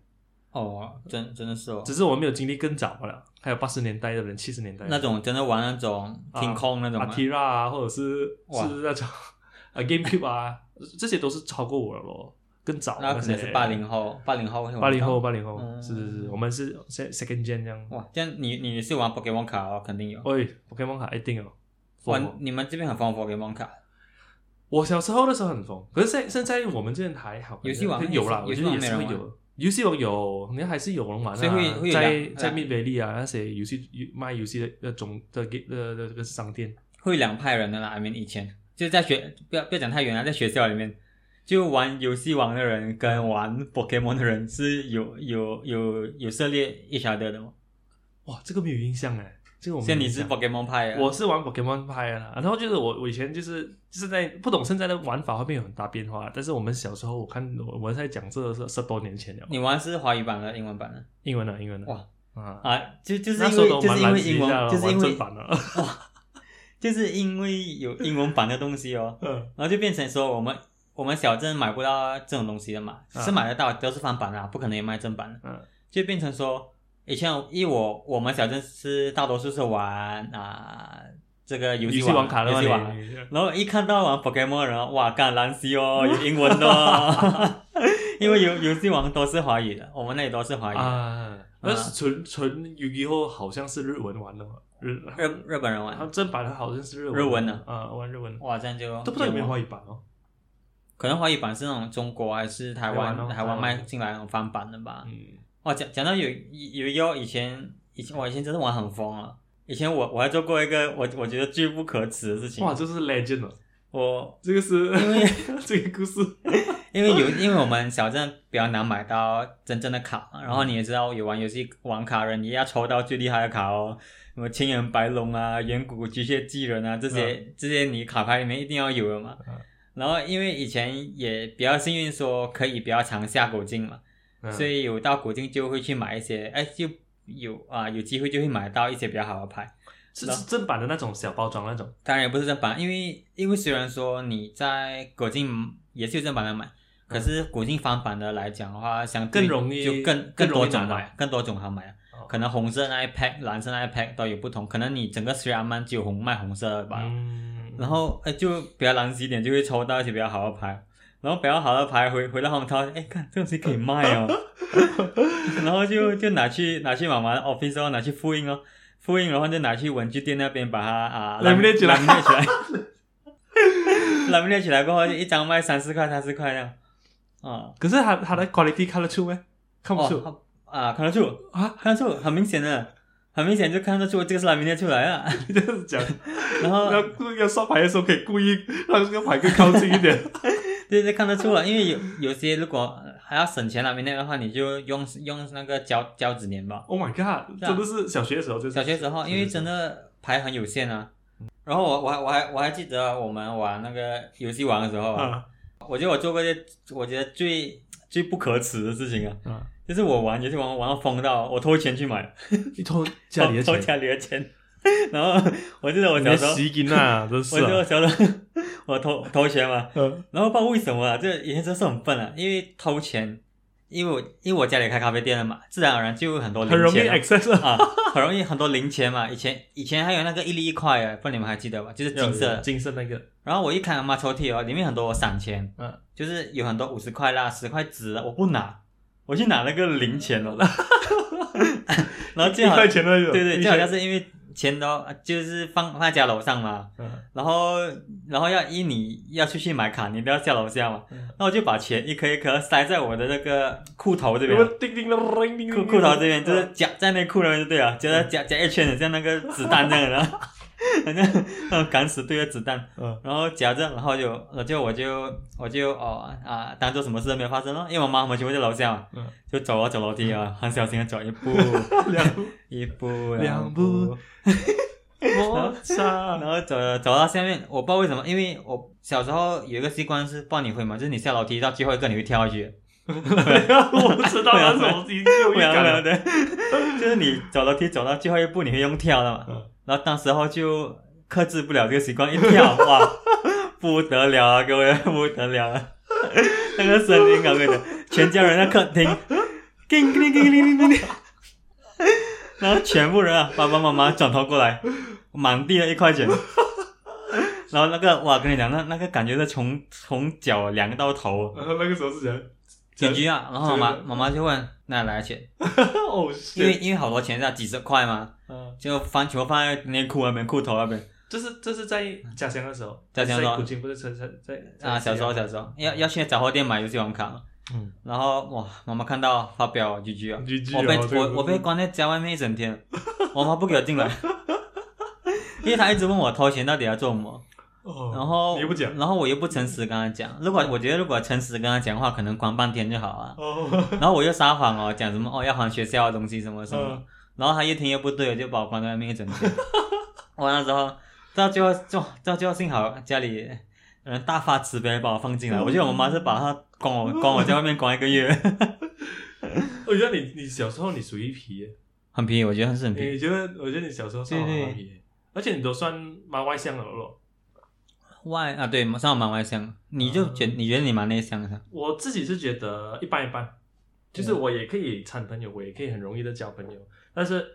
Speaker 1: 哦，真真的是哦，
Speaker 2: 只是我们没有经历更早了，还有八十年代的人、七十年代的
Speaker 1: 那
Speaker 2: 人
Speaker 1: 种真的玩那种
Speaker 2: 啊
Speaker 1: 天空那种啊、
Speaker 2: Atira 啊，或者是
Speaker 1: 哇
Speaker 2: 是那种 啊 GameCube 啊，这些都是超过我了咯，更早
Speaker 1: 那可能是八零
Speaker 2: 后，
Speaker 1: 后，八零后会玩
Speaker 2: 八零后，。八零后，
Speaker 1: 嗯
Speaker 2: 是是是，我们是 se- second gen 这样。
Speaker 1: 哇，这样你你是玩 Pokemon 卡哦，肯定有。
Speaker 2: 喂，Pokemon 卡一定哦，疯
Speaker 1: 玩
Speaker 2: 哦！
Speaker 1: 你们这边很疯 Pokemon 卡，
Speaker 2: 我小时候的时候很疯，可是现现在我们这边还好，
Speaker 1: 游戏王
Speaker 2: 有啦，我
Speaker 1: 游
Speaker 2: 觉
Speaker 1: 戏
Speaker 2: 得
Speaker 1: 王
Speaker 2: 也是会
Speaker 1: 没人玩
Speaker 2: 有。游戏王有，你看还是有人玩
Speaker 1: 所以会
Speaker 2: 啊
Speaker 1: 会，有
Speaker 2: 在
Speaker 1: 两
Speaker 2: 在
Speaker 1: 两
Speaker 2: Mid Valley 啊那些游戏游卖游戏的那种的给的的这个商店，
Speaker 1: 会两派人的啦。I mean 以前就是在学，不要不要讲太远啊了，在学校里面就玩游戏王的人跟玩 Pokemon 的人是有有有有涉猎一条的的吗？
Speaker 2: 哇，这个没有印象哎，这个我没有
Speaker 1: 像你
Speaker 2: 印
Speaker 1: 是
Speaker 2: 象
Speaker 1: Pokemon 派啊，
Speaker 2: 我是玩 Pokemon 派的啦，然后就是我我以前就是就是在不懂现在的玩法会不会有很大变化，但是我们小时候我看我们在讲这个是十多年前了，
Speaker 1: 你玩是华语版的，英文版的
Speaker 2: 英文的英文的
Speaker 1: 哇
Speaker 2: 啊，
Speaker 1: 啊？就就是
Speaker 2: 那
Speaker 1: 因
Speaker 2: 时候
Speaker 1: 为
Speaker 2: 都
Speaker 1: 就
Speaker 2: 蛮
Speaker 1: 是因
Speaker 2: 难
Speaker 1: 为
Speaker 2: 记一
Speaker 1: 英
Speaker 2: 下了
Speaker 1: 文，就是因
Speaker 2: 玩
Speaker 1: 为
Speaker 2: 正版了，
Speaker 1: 就是因为有英文版的东西哦，
Speaker 2: 嗯
Speaker 1: 然后就变成说我们我们小镇买不到这种东西的嘛，
Speaker 2: 啊
Speaker 1: 是买得到都是翻版啊，不可能有卖正版的，
Speaker 2: 嗯
Speaker 1: 就变成说以前我因为我我们小镇是大多数是玩啊这个游
Speaker 2: 游
Speaker 1: 戏
Speaker 2: 戏
Speaker 1: 王
Speaker 2: 王卡的
Speaker 1: 游
Speaker 2: 话
Speaker 1: 戏王，
Speaker 2: 你你
Speaker 1: 然后一看到玩 Pokemon 的人，哇，干兰西哦，有英文的 哦，因为游游戏王都是华语的，我们那里都是华语的。
Speaker 2: 啊，那是纯纯 Yu Gi Oh 好像是日文玩的嘛，日
Speaker 1: 日日本人玩
Speaker 2: 它，正版的好像是日文
Speaker 1: 日文哦的
Speaker 2: 啊，玩日文
Speaker 1: 哇，这样就
Speaker 2: 都不知道有没有华语版哦，
Speaker 1: 可能华语版是那种中国还是台
Speaker 2: 台
Speaker 1: 湾
Speaker 2: 湾哦
Speaker 1: 台湾
Speaker 2: 台
Speaker 1: 卖
Speaker 2: 湾
Speaker 1: 进来那种翻版的吧？
Speaker 2: 嗯
Speaker 1: 哦，讲讲到有有有以前以前我以前真的玩很疯啊！以前我我还做过一个我我觉得巨不可耻的事情
Speaker 2: 哇，，这是 legend 了，
Speaker 1: 我
Speaker 2: 这个是
Speaker 1: 因为
Speaker 2: 这 个故事，
Speaker 1: 因为有因为我们小镇比较难买到真正的卡，然后你也知道有玩游戏玩卡人，你要抽到最厉害的卡哦，什么青眼白龙啊、远古巨蟹巨人啊这些、这些你卡牌里面一定要有的嘛。
Speaker 2: 嗯
Speaker 1: 然后因为以前也比较幸运，说可以比较常下狗进嘛，
Speaker 2: 嗯
Speaker 1: 所以有到国境就会去买一些，哎，就有啊，有机会就会买到一些比较好的牌。
Speaker 2: 是是正版的那种小包装那种。
Speaker 1: 当然也不是正版，因为因为虽然说你在国境也是有正版的买，可是国境翻版的来讲的话，相对
Speaker 2: 更容易
Speaker 1: 就更
Speaker 2: 更容
Speaker 1: 多
Speaker 2: 易
Speaker 1: 种
Speaker 2: 拿到
Speaker 1: 买，更多种好买啊。
Speaker 2: 哦
Speaker 1: 可能红色那一 pack、蓝色那一 pack 都有不同，可能你整个虽然曼只有红卖红色的吧，
Speaker 2: 嗯，
Speaker 1: 然后哎就比较狼藉一点，就会抽到一些比较好的牌，然后比较好的牌回回到他们掏，哎，看这东西可以卖哦， 然后就就拿去拿去妈妈的 office 哦，拿去复印哦，复印然后就拿去文具店那边把它啊
Speaker 2: Laminate 起来
Speaker 1: laminate 起来 ，laminate 起来过后就一张卖三四块三四块这样，啊、
Speaker 2: 可是它它的 quality 看得出没？看不出、
Speaker 1: 哦啊看得出
Speaker 2: 啊！
Speaker 1: 看得出，很明显的，很明显就看得出这个是 laminate 出呃来啊，
Speaker 2: 你这样子讲，
Speaker 1: 然后
Speaker 2: 要故意要刷牌的时候可以故意让这个牌更靠近一点。
Speaker 1: 对对，看得出来，因为有有些如果还要省钱那边的话，你就用用那个胶胶纸粘吧。
Speaker 2: oh my god！
Speaker 1: 是啊
Speaker 2: 真的是小学的时候就是
Speaker 1: 小学时候，因为真的牌很有限啊。然后我我还我还我还记得我们玩那个游戏王的时候啊，
Speaker 2: 啊
Speaker 1: 我觉得我做过一件我觉得最最不可耻的事情啊，
Speaker 2: 啊！
Speaker 1: 就是我玩游戏王玩到疯到我偷钱去买，
Speaker 2: 你偷家里的
Speaker 1: 偷
Speaker 2: 钱
Speaker 1: 偷，家里的钱。 然后我记得我
Speaker 2: 你
Speaker 1: 小
Speaker 2: 的
Speaker 1: 时候，
Speaker 2: 吸金啊，真
Speaker 1: 我
Speaker 2: 是
Speaker 1: 记得
Speaker 2: 啊
Speaker 1: 我小时候 我偷偷钱嘛，
Speaker 2: 嗯
Speaker 1: 然后不知道为什么啊，这以前真是很笨啊，因为偷钱，因为我因为我家里开咖啡店了嘛，自然而然就有很多
Speaker 2: 很
Speaker 1: 零
Speaker 2: 容易
Speaker 1: 钱啊
Speaker 2: access 啊。
Speaker 1: 啊， 很容易很多零钱嘛。以前以前还有那个一粒一块啊，不知道你们还记得吧？就是金色的。
Speaker 2: 金色那个，
Speaker 1: 然后我一看妈抽屉哦，里面很多散钱，
Speaker 2: 嗯，
Speaker 1: 就是有很多五十块啦、十块纸啊啦，我不拿，我去拿那个零钱 了。 然后
Speaker 2: 一
Speaker 1: 最好
Speaker 2: 块钱那个，
Speaker 1: 对对，最好像
Speaker 2: 是
Speaker 1: 是因为钱都啊就是放放在家楼上嘛，
Speaker 2: 嗯
Speaker 1: 然后然后要依你要出去买卡，你都要下楼下嘛。
Speaker 2: 嗯
Speaker 1: 那我就把钱一颗一颗塞在我的那个裤头这
Speaker 2: 有没
Speaker 1: 边，
Speaker 2: 有叮叮的叮叮叮嗯
Speaker 1: 裤裤头这边就是夹在内裤那边就对了，夹在夹夹一圈的，像那个子弹这样的。反正呃敢死队的子弹，
Speaker 2: 嗯
Speaker 1: 然后夹着，然后就我就我就我就哦啊，当做什么事都没有发生咯，因为我妈他们全部在楼下嘛，
Speaker 2: 嗯，
Speaker 1: 就走啊走楼梯啊，很小心的走一 步
Speaker 2: 两
Speaker 1: 一步
Speaker 2: 两步
Speaker 1: 步，
Speaker 2: 摩擦
Speaker 1: 然，后走走到下面，我不知道为什么，因为我小时候有一个习惯是抱你会嘛，就是你下楼梯到最后一个你会跳下去，
Speaker 2: 我不知道他什么已经有预
Speaker 1: 没有没
Speaker 2: 感
Speaker 1: 有
Speaker 2: 了。
Speaker 1: 对，就是你走楼梯走到最后一步，你会用跳的嘛。
Speaker 2: 嗯
Speaker 1: 然后当时候就克制不了这个习惯，一跳哇， 不得了啊，各位不得了啊！那个声音啊，各位，全家人在客厅，叮叮叮叮叮叮叮，然后全部人啊，爸爸妈妈转头过来，满地的一块钱。然后那个，哇，跟你讲，那那个感觉是从从脚凉到头，
Speaker 2: 然后那个时候是人，
Speaker 1: 几局啊，然后妈妈
Speaker 2: 真的
Speaker 1: 妈妈就问，那来钱？
Speaker 2: 哦，
Speaker 1: 因为因为好多钱是几十块嘛，
Speaker 2: 嗯，
Speaker 1: 就翻全部放在内裤那边、裤头那边
Speaker 2: 这是这是在家乡的时候，
Speaker 1: 家乡的时候
Speaker 2: 在古今不是在在在
Speaker 1: 啊。小时候小时候要要去杂货店买游戏王卡，
Speaker 2: 嗯，
Speaker 1: 然后哇，妈妈看到发飙，GG 啊，
Speaker 2: GG 啊
Speaker 1: 我被
Speaker 2: 这个
Speaker 1: 我我被关在家外面一整天，我妈不给我进 来，因为她一直问我掏钱到底要做什么，
Speaker 2: 哦
Speaker 1: 然后
Speaker 2: 你又不讲
Speaker 1: 然后我又不诚实跟她讲，如果我觉得如果诚实跟她讲话，可能关半天就好啊。
Speaker 2: 哦，
Speaker 1: 然后我又撒谎哦，讲什么哦要还学校的东西什么什么，
Speaker 2: 嗯
Speaker 1: 然后他一听又不对，就把我关在外面一整天。 我那时候到最后，就到最后幸好家里人大发慈悲把我放进来，我记得我妈是把他关我关我在外面关一个月，
Speaker 2: 我觉得你你小时候你属于皮耶，
Speaker 1: 很皮，我觉得是很皮。
Speaker 2: 你觉得我觉得你小时候算
Speaker 1: 嗯对对
Speaker 2: 蛮皮耶，而且你都算蛮外向的了咯。
Speaker 1: 外啊，对，上我蛮外向，你就觉
Speaker 2: 嗯
Speaker 1: 你觉得你蛮内向的，
Speaker 2: 我自己是觉得一般一般，就是
Speaker 1: 嗯
Speaker 2: 我也可以产朋友，我也可以很容易的交朋友，但是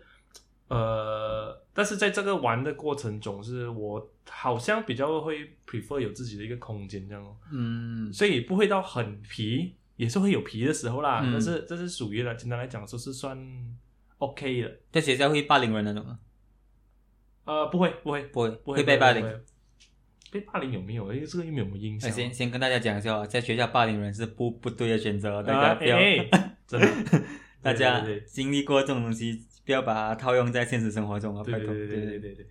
Speaker 2: 呃，但是在这个玩的过程中，是我好像比较会 prefer 有自己的一个空间这样哦，
Speaker 1: 嗯
Speaker 2: 所以不会到很皮，也是会有皮的时候啦，
Speaker 1: 嗯
Speaker 2: 但是这是属于了，简单来讲说是算 OK 的，
Speaker 1: 在学校会霸凌人那种吗，
Speaker 2: 呃，不会不会
Speaker 1: 不会
Speaker 2: 不会
Speaker 1: 被霸凌。，
Speaker 2: 被霸凌有没有？因为这个又没有影
Speaker 1: 哎
Speaker 2: 响。
Speaker 1: 先先跟大家讲一下哦，在学校霸凌人是不不对的选择，哦大家
Speaker 2: 啊，
Speaker 1: 不要。，
Speaker 2: 哎，哎 真的
Speaker 1: 大家
Speaker 2: 对对对
Speaker 1: 经历过这种东西，不要把它套用在现实生活中啊，
Speaker 2: 对
Speaker 1: 拜
Speaker 2: 对
Speaker 1: 托。
Speaker 2: 对对对对对，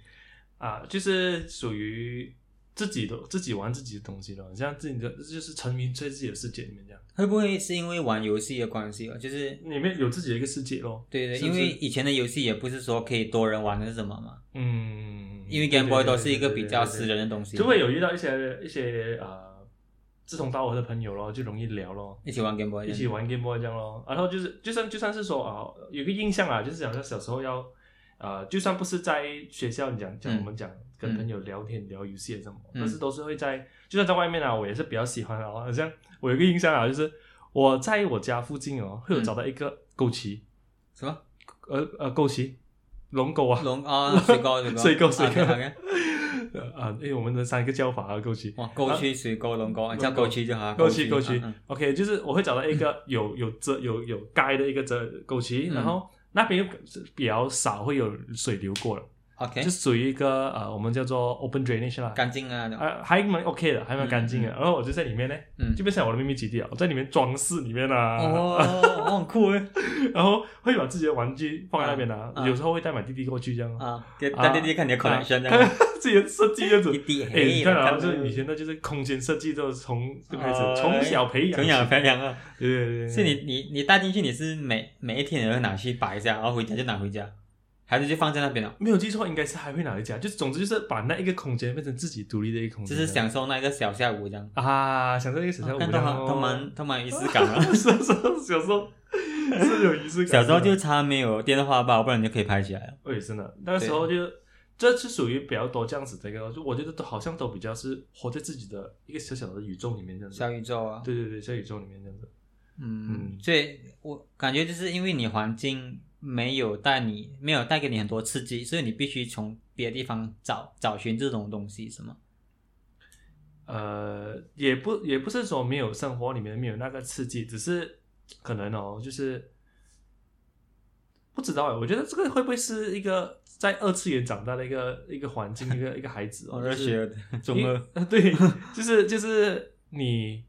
Speaker 2: 啊，就是属于自己的自己玩自己的东西了，像自己的就是沉迷在自己的世界里面这样，
Speaker 1: 会不会是因为玩游戏的关系啊？就是
Speaker 2: 里面有自己的一个世界咯。
Speaker 1: 对对，
Speaker 2: 是
Speaker 1: 因
Speaker 2: 不是
Speaker 1: 为以前的游戏也不是说可以多人玩的是什么嘛，
Speaker 2: 嗯，
Speaker 1: 因为 Game Boy 都是一个比较私人的东西，
Speaker 2: 就会有遇到一些一些呃志同道合的朋友咯，就容易聊咯。
Speaker 1: 一起玩 Game Boy，
Speaker 2: 一起玩 Game Boy 这样咯，然后就是就算就算是说啊、有个印象啊，就是讲说小时候要，呃，就算不是在学校，你讲讲
Speaker 1: 嗯
Speaker 2: 我们讲跟朋友聊天、聊游戏什么，
Speaker 1: 嗯
Speaker 2: 但是都是会在，就算在外面啊，我也是比较喜欢啊，好像我有一个印象啊，就是我在我家附近哦，会有找到一个枸杞，
Speaker 1: 什么
Speaker 2: 呃呃枸杞，龙沟啊，
Speaker 1: 龙啊，水沟
Speaker 2: 水沟
Speaker 1: 水
Speaker 2: 水
Speaker 1: 沟
Speaker 2: 沟
Speaker 1: 啊，OK，OK，
Speaker 2: 啊，因为我们的三个叫法啊，枸杞，
Speaker 1: 哇，沟区水沟龙沟，叫沟区就好，
Speaker 2: 枸杞枸杞
Speaker 1: 嗯嗯
Speaker 2: ，OK，就是我会找到一个有有遮有有盖的一个遮枸杞，
Speaker 1: 嗯
Speaker 2: 然后那边又比较少会有水流过了，
Speaker 1: ，OK，
Speaker 2: 啊就属于一个呃我们叫做 open drainage 啦，
Speaker 1: 干净啊，
Speaker 2: 啊还蛮 OK 的，还蛮干净的。然后我就在里面呢，
Speaker 1: 嗯
Speaker 2: 就，变成我的秘密基地啊，我在里面装饰里面啊，
Speaker 1: 哦，哦很酷哎，
Speaker 2: 然后会把自己的玩具放在那边啊，
Speaker 1: 啊
Speaker 2: 有时候会带买弟弟过去这样啊，
Speaker 1: 啊，给大家看你的 connection 这
Speaker 2: 看
Speaker 1: 样，
Speaker 2: 自己的设计样子
Speaker 1: 一。 滴
Speaker 2: 啊哎，
Speaker 1: 黑，
Speaker 2: 你看啊，
Speaker 1: 到
Speaker 2: 就是以前的就是空间设计，就是从就开始
Speaker 1: 哎
Speaker 2: 从小培养，
Speaker 1: 从小培养啊。
Speaker 2: 对，对对对，
Speaker 1: 是你你你带进去，你是每每一天你会拿去摆一下，然后回家就拿回家，还是就放在那边了？
Speaker 2: 没有记错，应该是还会拿回家。就是总之就是把那一个空间变成自己独立的一个空
Speaker 1: 就
Speaker 2: 间，
Speaker 1: 是哦享受那一个小下午这样。
Speaker 2: 啊，享受一个小时候，
Speaker 1: 但都好，都蛮都蛮有仪式感 啊。
Speaker 2: 是是 小时候是有仪式感。
Speaker 1: 小时候就差没有电话吧，不然你就可以拍起来了。
Speaker 2: 对，真的那个时候就这是属于比较多这样子的一个，就我觉得都好像都比较是活在自己的一个小小的宇宙里面这样子。
Speaker 1: 小宇宙啊，
Speaker 2: 对对对，小宇宙里面这样子。
Speaker 1: 嗯，
Speaker 2: 嗯
Speaker 1: 所以我感觉就是因为你环境没有带你没有带给你很多刺激，所以你必须从别的地方找找寻这种东西，是吗？
Speaker 2: 呃，也不也不是说没有生活里面没有那个刺激，只是可能哦，就是不知道哎，我觉得这个会不会是一个在二次元长大的一个一个环境，一个 一个孩子哦，
Speaker 1: 热
Speaker 2: 就是
Speaker 1: 血中
Speaker 2: 因
Speaker 1: 二，
Speaker 2: 呃 对，就是就是你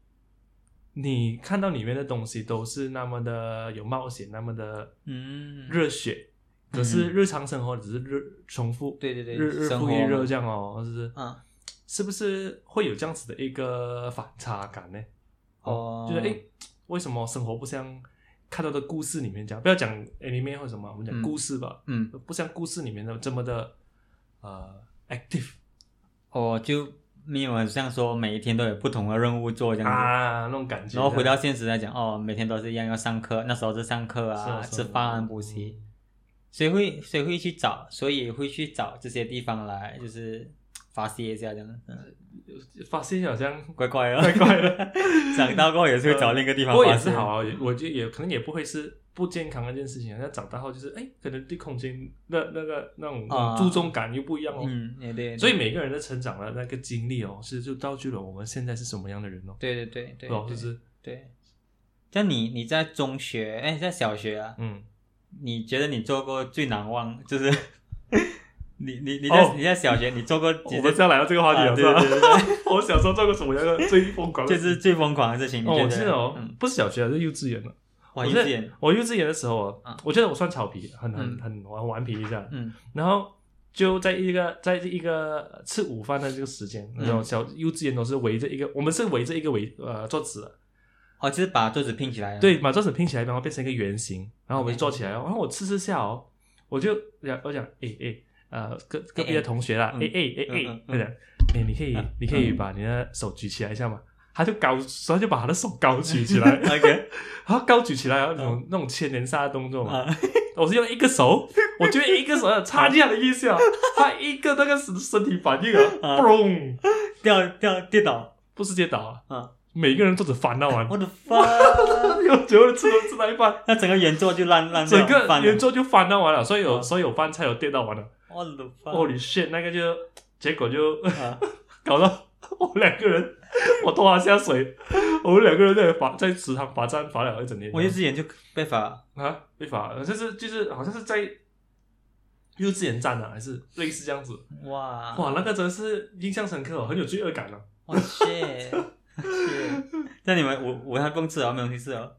Speaker 2: 你看到里面的东西都是那么的有冒险，那么的
Speaker 1: 嗯，
Speaker 2: 热血，可是日常生活只是日重复，
Speaker 1: 对对对
Speaker 2: 日日
Speaker 1: 生
Speaker 2: 复
Speaker 1: 活
Speaker 2: 一日
Speaker 1: 嘛
Speaker 2: 这样哦，是不是？
Speaker 1: 嗯，
Speaker 2: 是不是会有这样子的一个反差感呢？
Speaker 1: 哦，
Speaker 2: 就是哎，诶为什么生活不像看到的故事里面这样？不要讲 anime 或什么，我们讲
Speaker 1: 嗯
Speaker 2: 故事吧，
Speaker 1: 嗯，
Speaker 2: 不像故事里面的这么的呃 active
Speaker 1: 哦，就没有像说每一天都有不同的任务做这样子。
Speaker 2: 啊那种感觉。
Speaker 1: 嗯然后回到现实来讲，哦，每天都是一样要上课，那时候是上课
Speaker 2: 是
Speaker 1: 啊、
Speaker 2: 啊
Speaker 1: 吃饭、补习，，谁会谁会去找，所以会去找这些地方来，就是发泄一下这样，嗯
Speaker 2: 是啊发现好像
Speaker 1: 怪怪的，，
Speaker 2: 怪怪的
Speaker 1: 想到过也是会找另一个地方
Speaker 2: 不过也
Speaker 1: 发泄，
Speaker 2: 是好啊，也我觉得也可能也不会是不健康的一件事情啊。那长大后就是哎，可能对空间那那个那种
Speaker 1: 啊
Speaker 2: 注重感又不一样哦。
Speaker 1: 嗯，也对，
Speaker 2: 所以每个人的成长的那个经历哦，其实就造就了我们现在是什么样的人哦，
Speaker 1: 对对对对，
Speaker 2: 是吧？
Speaker 1: 对
Speaker 2: 就是
Speaker 1: 对。像你你在中学，哎，在小学啊，
Speaker 2: 嗯，
Speaker 1: 你觉得你做过最难忘 就是你你你在、
Speaker 2: 哦
Speaker 1: 你在小学你做过
Speaker 2: 我
Speaker 1: 几
Speaker 2: 们
Speaker 1: 件
Speaker 2: 是要来到这个话题
Speaker 1: 啊
Speaker 2: 了，
Speaker 1: 对
Speaker 2: 是吧
Speaker 1: 对对对？
Speaker 2: 我小时候做过什么样的最疯狂 的
Speaker 1: 就
Speaker 2: 事？
Speaker 1: 是最疯狂的事情？你
Speaker 2: 哦，
Speaker 1: 觉
Speaker 2: 我记得哦
Speaker 1: 嗯，，
Speaker 2: 不是小学，是幼稚园了。
Speaker 1: 哇，
Speaker 2: 我
Speaker 1: 一
Speaker 2: 是
Speaker 1: 见，
Speaker 2: 我幼稚园的时候
Speaker 1: 啊
Speaker 2: 啊，我觉得我算调皮，很很
Speaker 1: 嗯
Speaker 2: 很顽顽皮一下。
Speaker 1: 嗯
Speaker 2: 然后就在一个在一个吃午饭的这个时间，
Speaker 1: 嗯
Speaker 2: 那种小幼稚园都是围着一个，我们是围着一个围呃桌子的，
Speaker 1: 哦，就是把桌子拼起来，，
Speaker 2: 对，把桌子拼起来，然后变成一个圆形，然后我们就
Speaker 1: OK
Speaker 2: 坐起来哦，然后我吃吃下哦，我就讲我讲诶诶呃隔隔壁
Speaker 1: 诶
Speaker 2: 的同学啦，
Speaker 1: 嗯
Speaker 2: 诶诶诶
Speaker 1: 嗯嗯
Speaker 2: 诶，
Speaker 1: 嗯
Speaker 2: 他讲你你可以
Speaker 1: 嗯
Speaker 2: 你可以
Speaker 1: 嗯，
Speaker 2: 把你的手举起来一下嘛，他就高，他就把他的手高举起来
Speaker 1: ，OK，
Speaker 2: 然后高举起来，然后那
Speaker 1: 嗯
Speaker 2: 种那种牵连杀的动作嘛，
Speaker 1: 啊，
Speaker 2: 我是用一个手，我就用一个手插进他的腋下，他一个那个身身体反应
Speaker 1: 啊
Speaker 2: 啊，嘣，
Speaker 1: 掉掉跌倒，
Speaker 2: 不是跌倒啊，
Speaker 1: 啊，
Speaker 2: 每个人都只烦到完，
Speaker 1: 我的 fuck，
Speaker 2: 有酒了吃都吃到一半，
Speaker 1: 那整个圆桌就烂烂掉，
Speaker 2: 整个
Speaker 1: 翻
Speaker 2: 圆
Speaker 1: 了，
Speaker 2: 桌就翻到完了，所以有、
Speaker 1: 啊
Speaker 2: 所以有饭菜有跌到完了，
Speaker 1: 我的 fuck，
Speaker 2: 我 shit，那个就结果就
Speaker 1: 啊，
Speaker 2: 搞到我两个人，我拖他下水，我们两个人在罚在食堂罚站罚了一整天，
Speaker 1: 我幼稚园就被罚，
Speaker 2: 啊被罚，就是就是好像是在幼稚园站的、啊还是类似这样子。
Speaker 1: 哇，
Speaker 2: 哇，那个真是印象深刻、哦，很有罪恶感哦。
Speaker 1: 我 shit，shit 那你们午午餐不用吃啊了，没有东西吃了，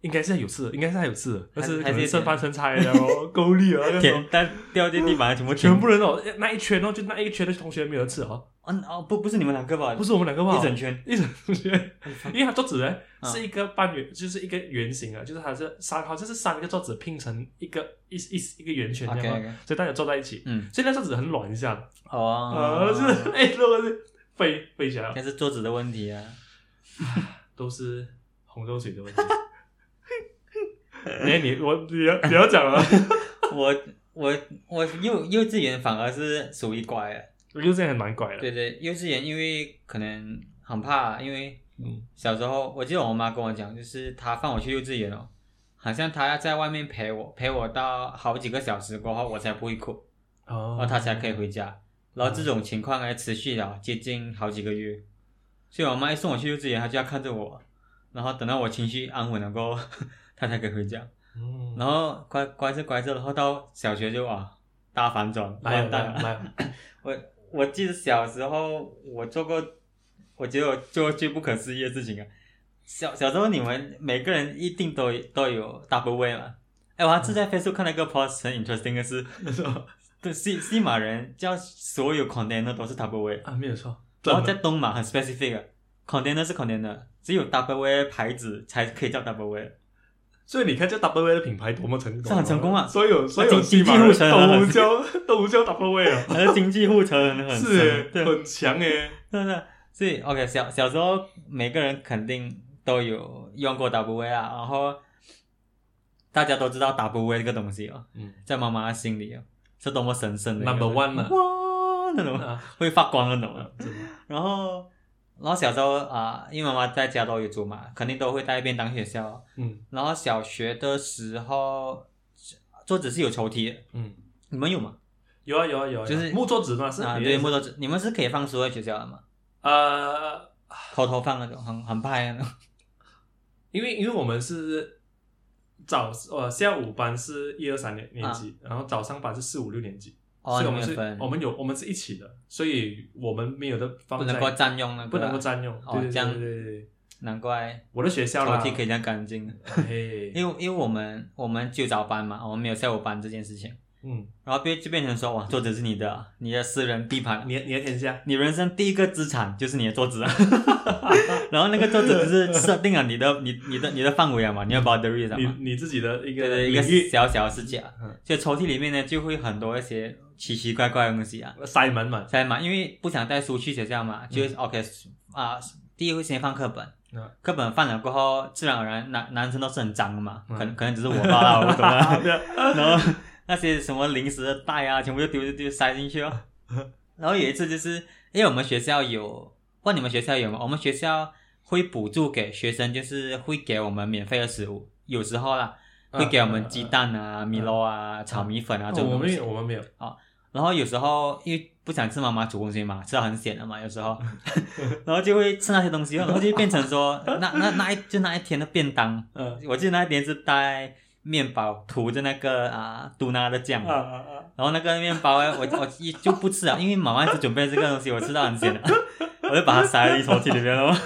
Speaker 2: 应该是有吃的，应该是还有吃的，但是
Speaker 1: 还是
Speaker 2: 可
Speaker 1: 有
Speaker 2: 能
Speaker 1: 点
Speaker 2: 剩饭剩菜啊然后够力了，那时候
Speaker 1: 舔但掉进地板全部舔
Speaker 2: 全部人哦，那一圈哦，就那一圈的同学没有吃哦，
Speaker 1: 嗯哦，不不是你们两个吧？
Speaker 2: 不
Speaker 1: 是
Speaker 2: 是我们两个吧？
Speaker 1: 一整圈，
Speaker 2: 一整圈，因为它桌子呢
Speaker 1: 嗯
Speaker 2: 是一个半圆，就是一个圆形啊，就是它是三，好像是三个桌子拼成一个一一一个圆圈这样
Speaker 1: OK，OK
Speaker 2: 哦，所以大家坐在一起，
Speaker 1: 嗯，
Speaker 2: 所以那桌子很软一下的，啊，
Speaker 1: 哦，
Speaker 2: 就是哎，如果是飞飞起来了，
Speaker 1: 那是桌子的问题啊，
Speaker 2: 都是红豆水的问题。 哎，你我你要你要讲啊？
Speaker 1: 我我我幼幼稚园反而是属于乖的。
Speaker 2: 我就这样很蛮拐的。
Speaker 1: 对对，幼稚园因为可能很怕，因为
Speaker 2: 嗯，
Speaker 1: 小时候我记得我妈跟我讲，就是她放我去幼稚园哦，好像她要在外面陪我，陪我到好几个小时过后，我才不会哭，
Speaker 2: 哦
Speaker 1: 然后她才可以回家。然后这种情况还持续了接近好几个月，所以我妈一送我去幼稚园，她就要看着我，然后等到我情绪安稳了过后， 她才可以回家。
Speaker 2: 嗯，
Speaker 1: 然后乖乖着乖着，然后到小学就啊大反转，
Speaker 2: 来
Speaker 1: 完蛋了
Speaker 2: 哎来。来，
Speaker 1: 我我记得小时候我做过，我觉得我做过最不可思议的事情啊！小小时候你们每个人一定都都有 double way 嘛？哎，我还是在 Facebook 看到一个 post 很 interesting 的是，对西西马人叫所有 container 都是 double way，
Speaker 2: 啊，没有错，
Speaker 1: 然后
Speaker 2: 真
Speaker 1: 在
Speaker 2: 的
Speaker 1: 东马很 specific 啊，container 是 container，只有 double way 牌子才可以叫 double way。
Speaker 2: 所以你看这 Double A 的品牌多么成功，
Speaker 1: 是很成功啊
Speaker 2: 所有所
Speaker 1: 经
Speaker 2: 有
Speaker 1: 经济啊
Speaker 2: 西马人
Speaker 1: 护城河
Speaker 2: 都
Speaker 1: 很
Speaker 2: 无交 都无交 Double A 啊，
Speaker 1: 它的经济护城很深，
Speaker 2: 是
Speaker 1: 对
Speaker 2: 耶很强欸诶。
Speaker 1: 真的，所以 OK，小小时候每个人肯定都有用过 W 啊，然后大家都知道 W 这个东西哦，
Speaker 2: 嗯
Speaker 1: 在妈妈心里哦，是多么神圣的一个
Speaker 2: ，Number One 了
Speaker 1: 哇那种
Speaker 2: 啊，
Speaker 1: 会发光那种啊。
Speaker 2: 真的
Speaker 1: 然后，然后小时候啊、因为妈妈在家都有煮嘛，肯定都会带便当学校。
Speaker 2: 嗯
Speaker 1: 然后小学的时候，桌子是有抽屉的，
Speaker 2: 嗯，
Speaker 1: 你们有吗？
Speaker 2: 有啊有啊有啊，
Speaker 1: 就是
Speaker 2: 木桌子嘛，是
Speaker 1: 啊，
Speaker 2: 你
Speaker 1: 对，木桌子，你们是可以放书在学校的嘛？
Speaker 2: 呃，
Speaker 1: 偷偷放那种，很很怕那种。
Speaker 2: 因为因为我们是。早呃下午班是一二三年年级，然后早上班是四五六年级，
Speaker 1: 啊哦，
Speaker 2: 所以
Speaker 1: 你
Speaker 2: 我
Speaker 1: 们
Speaker 2: 们
Speaker 1: 有
Speaker 2: 是
Speaker 1: 分，
Speaker 2: 我们有我们是一起的，所以我们没有的放
Speaker 1: 不
Speaker 2: 在
Speaker 1: 能够占用那个，
Speaker 2: 不能够占用，
Speaker 1: 哦
Speaker 2: 对对
Speaker 1: 这样
Speaker 2: 对对对对
Speaker 1: 难怪
Speaker 2: 我的学校
Speaker 1: 抽
Speaker 2: 啦，
Speaker 1: 屉可以这样干净。
Speaker 2: 哎，
Speaker 1: 因为因为我们我们只有早班嘛，我们没有下午班这件事情，
Speaker 2: 嗯，
Speaker 1: 然后变就变成说，哇，桌子是你的，啊你的私人地盘，
Speaker 2: 你的你的天下，
Speaker 1: 你人生第一个资产就是你的桌子啊， 然后那个桌子只是 设定了你的你你的你的范围啊嘛，你的 boundary 啊
Speaker 2: 你
Speaker 1: 嘛，
Speaker 2: 你自己的一
Speaker 1: 对
Speaker 2: 个
Speaker 1: 对，一
Speaker 2: 领
Speaker 1: 个
Speaker 2: 域
Speaker 1: 小小的世界啊
Speaker 2: 嗯，
Speaker 1: 所以抽屉里面呢就会很多一些奇奇怪怪的东西啊，
Speaker 2: 塞满 满，
Speaker 1: 在嘛，因为不想带书去学校嘛，就是 OK 啊，第一会先放课本
Speaker 2: 嗯，
Speaker 1: 课本放了过后，自然而然男男生都是很脏的嘛，
Speaker 2: 嗯
Speaker 1: 可能可能只是我爸啦，我不懂 啊。
Speaker 2: 对
Speaker 1: 然后那些什么零食的袋啊，全部就丢丢丢塞进去 哦。然后有一次就是，因为我们学校有，问你们学校有吗？我们学校会补助给学生，就是会给我们免费的食物，有时候啦，会
Speaker 2: 嗯
Speaker 1: 给我们鸡蛋啊、米露啊、炒米粉啊
Speaker 2: 啊
Speaker 1: 这
Speaker 2: 这
Speaker 1: 种
Speaker 2: 我
Speaker 1: 东
Speaker 2: 们
Speaker 1: 西
Speaker 2: 有。我们没有，
Speaker 1: 然后有时候因为不想吃妈妈煮东西嘛，吃到很咸的嘛，有时候， 然后就会吃那些东西哦，然后就变成说，那那那一就那一天的便当，
Speaker 2: 嗯
Speaker 1: 我记得那一天是带面包涂着那个啊嘟娜的酱，
Speaker 2: 啊啊啊，
Speaker 1: 然后那个面包呢，我 我一就不吃了，因为妈妈一直准备这个东西，我吃到很咸了， 我就把它塞在抽屉里面了。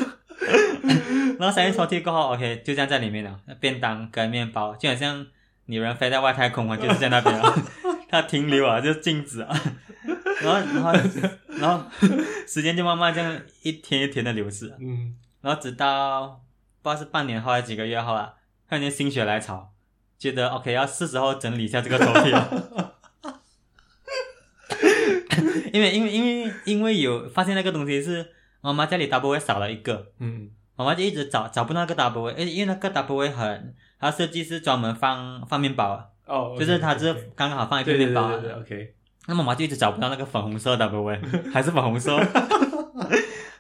Speaker 1: 然后塞进抽屉过后，OK，就这样在里面了。便当跟面包，就好像你人飞在外太空啊，就是在那边啊，它停留啊，就是静止啊。然后，然后，然后时间就慢慢这样一天一天的流逝，
Speaker 2: 嗯，
Speaker 1: 然后直到不知道是半年后还是几个月后啊，突然间心血来潮，觉得 OK 要是时候整理一下这个抽屉了。 因为因为因为因为有发现那个东西是妈妈家里 double way 少了一个，
Speaker 2: 嗯
Speaker 1: 妈妈就一直找找不到那个 double way，因为因为那个 double way 很，它设计是专门放放面包啊，
Speaker 2: 哦，
Speaker 1: 就是它
Speaker 2: 这
Speaker 1: 是刚刚好放一
Speaker 2: 对
Speaker 1: 片
Speaker 2: 对
Speaker 1: 面包啊，
Speaker 2: 对对，OK，
Speaker 1: 那妈妈就一直找不到那个粉红色的 double way，还 是粉红 色，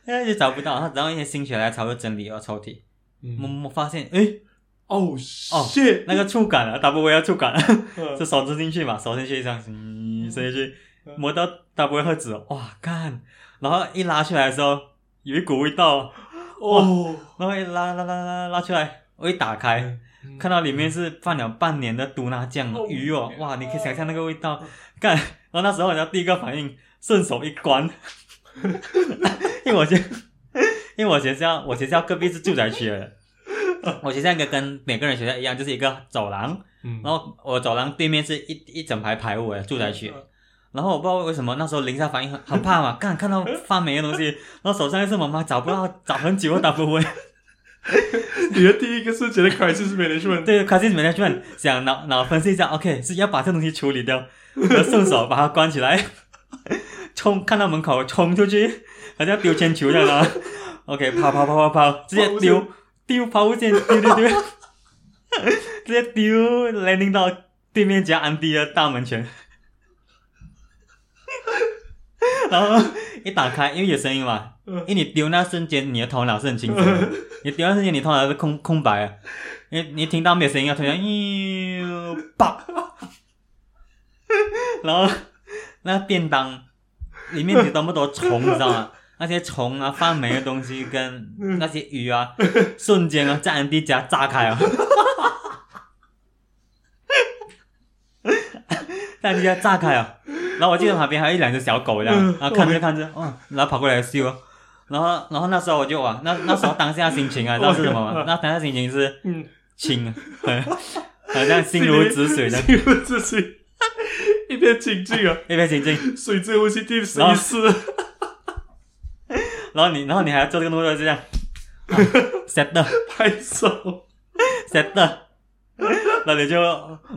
Speaker 1: 她就找不到，她然后一些心血来潮就整理了抽屉，我
Speaker 2: 嗯，
Speaker 1: 我发现，诶，
Speaker 2: 哦
Speaker 1: 哦
Speaker 2: shit，
Speaker 1: 那个触感啊，double 要触感啊，
Speaker 2: 嗯
Speaker 1: 就手伸进去嘛，手伸进去这样，嗯伸进去，摸到 double 赫兹，哦哇，看，然后一拉出来的时候，有一股味道，
Speaker 2: 哦，
Speaker 1: 然后一拉拉拉拉拉出来，我一打开，
Speaker 2: 嗯
Speaker 1: 看到里面是放了半年的毒辣酱
Speaker 2: 哦
Speaker 1: 鱼哦，哇，你可以想象那个味道，干，然后那时候人家第一个反应，顺手一关， 因为我觉得。因为我学校，我学校隔壁是住宅区来的，我学校应该跟每个人学校一样，就是一个走廊，
Speaker 2: 嗯，
Speaker 1: 然后我走廊对面是一一整排排屋的住宅区，
Speaker 2: 嗯
Speaker 1: 然后我不知道为什么那时候临下反应很很怕嘛，看看到发霉的东西， 然后手上又是妈妈找不到找很久都打不回，
Speaker 2: 你的第一个瞬间的 crisis management，
Speaker 1: 对 c a s i management 想脑脑分析一下，OK 是要把这东西处理掉，然后顺手把它关起来，冲看到门口冲出去，好像丢铅球一样啊，OK 跑跑跑跑跑，直接
Speaker 2: 抛物线
Speaker 1: 丢丢抛物线丢丢 丢，直接丢 landing 到对面家安迪的大门前。然后一打开，因为有声音嘛，
Speaker 2: 嗯
Speaker 1: 因为你丢那瞬间，你的头脑是很清楚的，你丢那瞬间，你头脑是空空白的，你你听到没有声音啊，突然咦啪，然后那便当里面有那么多虫，你知道吗？那些虫啊、发霉的东西跟那些鱼啊，瞬间啊在安迪家炸开啊！在安迪家炸开啊！然后我记得旁边还有一两只小狗这样，然后看着看着，哦，然后跑过来嗅啊，然后然后那时候我就哇，那那时候当下心情啊，你知道是什么吗？那当下心情是
Speaker 2: 嗯，
Speaker 1: 轻，很好像心如止水 的
Speaker 2: 心如止水，一片清静啊，
Speaker 1: 一片心境。
Speaker 2: 水之呼吸第十
Speaker 1: 然后
Speaker 2: 一次，
Speaker 1: 然后你然后你还要做这个动作，就这样啊 set 的。
Speaker 2: 拍手，
Speaker 1: 真的。那你就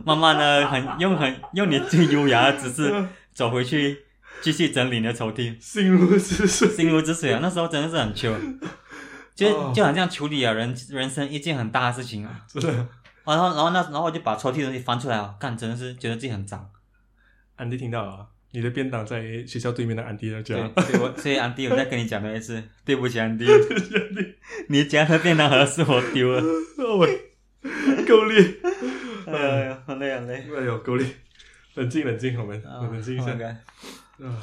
Speaker 1: 慢慢的很用很用你最优雅的姿
Speaker 2: 嗯
Speaker 1: 势走回去，继续整理你的抽屉，
Speaker 2: 心如止水，
Speaker 1: 心如止水啊！那时候真的是很 chill，就就好像处理了人人生一件很大的事情啊。
Speaker 2: 真的。
Speaker 1: 然后然后那然后我就把抽屉的东西翻出来啊，干真的是觉得自己很脏。
Speaker 2: 安迪听到了啊，你的便当在学校对面的安迪
Speaker 1: 对
Speaker 2: 那家，，
Speaker 1: 所以我所以安迪我再跟你讲多一次，对不起安迪，
Speaker 2: 安迪，
Speaker 1: 你家的便当盒是我丢了。
Speaker 2: 哦喂，够力，
Speaker 1: 哎呀，很累很累。
Speaker 2: 哎呦，够力，冷静冷静，我们
Speaker 1: 啊
Speaker 2: 冷静一下
Speaker 1: oh my。god
Speaker 2: 啊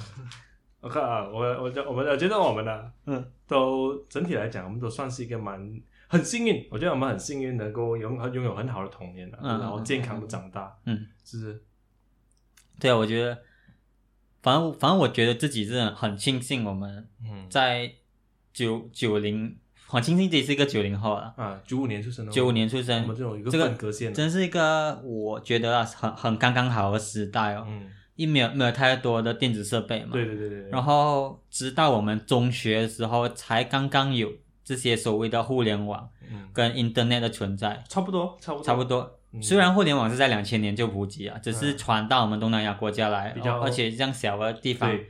Speaker 2: 我看啊，我我觉我们我觉得我们呢、啊，
Speaker 1: 嗯，
Speaker 2: 都整体来讲，我们都算是一个蛮很幸运，我觉得我们很幸运能够拥拥有很好的童年、啊
Speaker 1: 嗯
Speaker 2: 然后健康的长大，
Speaker 1: 嗯，
Speaker 2: 就是
Speaker 1: 对啊，我觉得，反正反正我觉得自己是很庆幸我们
Speaker 2: 嗯
Speaker 1: 在九九零很庆幸自己是一个九零后啊，
Speaker 2: 啊，九五年出生的，
Speaker 1: 九五年出
Speaker 2: 我们
Speaker 1: 生，
Speaker 2: 这种一个
Speaker 1: 这个
Speaker 2: 分隔线啊的，
Speaker 1: 真是一个我觉得啊很很刚刚好的时代哦，
Speaker 2: 嗯，
Speaker 1: 因为没有没有太多的电子设备嘛，
Speaker 2: 对对对对对，
Speaker 1: 然后直到我们中学的时候，才刚刚有这些所谓的互联网
Speaker 2: 嗯，
Speaker 1: 跟 Internet 的存在，
Speaker 2: 差不多，差不多，
Speaker 1: 差不
Speaker 2: 多，
Speaker 1: 多。
Speaker 2: 嗯
Speaker 1: 虽然互联网是在两千年就普及啊，只是传到我们东南亚国家来，
Speaker 2: 比较
Speaker 1: 而且这样小的地方，
Speaker 2: 对，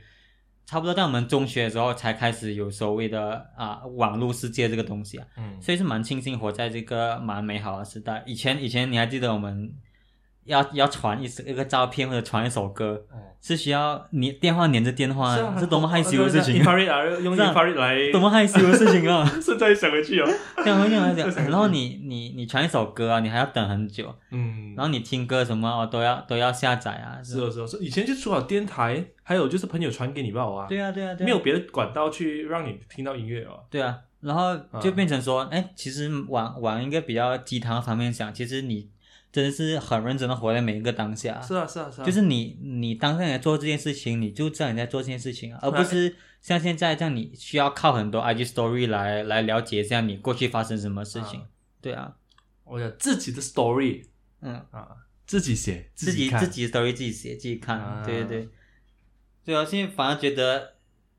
Speaker 1: 差不多在我们中学的时候才开始有所谓的啊网络世界这个东西啊，
Speaker 2: 嗯，
Speaker 1: 所以是蛮庆幸活在这个蛮美好的时代。以前以前你还记得我们要要传一一个照片或者传一首歌，
Speaker 2: 哦
Speaker 1: 是需要你电话连着电话，
Speaker 2: 是啊
Speaker 1: 是多么害羞的事情。
Speaker 2: 哦对对对 infrared 啊用
Speaker 1: 是啊
Speaker 2: infrared 来，
Speaker 1: 多么害羞的事情啊！
Speaker 2: 现在想回去哦，
Speaker 1: 这样会这样
Speaker 2: 这是
Speaker 1: 讲，然后你你你传一首歌啊，你还要等很久，
Speaker 2: 嗯，
Speaker 1: 然后你听歌什么哦都要都要下载啊，
Speaker 2: 是哦是哦，是以前就除了电台，还有就是朋友传给你吧，啊，
Speaker 1: 对啊对啊对啊，
Speaker 2: 没有别的管道去让你听到音乐哦，
Speaker 1: 对啊，然后就变成说，哎、其实往往一个比较鸡汤方面想，其实你真的是很认真的活在每一个当下，
Speaker 2: 是啊是啊是啊，
Speaker 1: 就是你你当下你在做这件事情，你就知道你在做这件事情啊，而
Speaker 2: 对啊
Speaker 1: 不是像现在这样，你需要靠很多 IG story 来来了解一下你过去发生什么事情，对啊，
Speaker 2: 我想自己的 story
Speaker 1: 嗯。
Speaker 2: 啊，自己写
Speaker 1: 自己
Speaker 2: 己看
Speaker 1: 自己的 story 自己写自己看，
Speaker 2: 啊
Speaker 1: 对对对，对啊，现在反而觉得，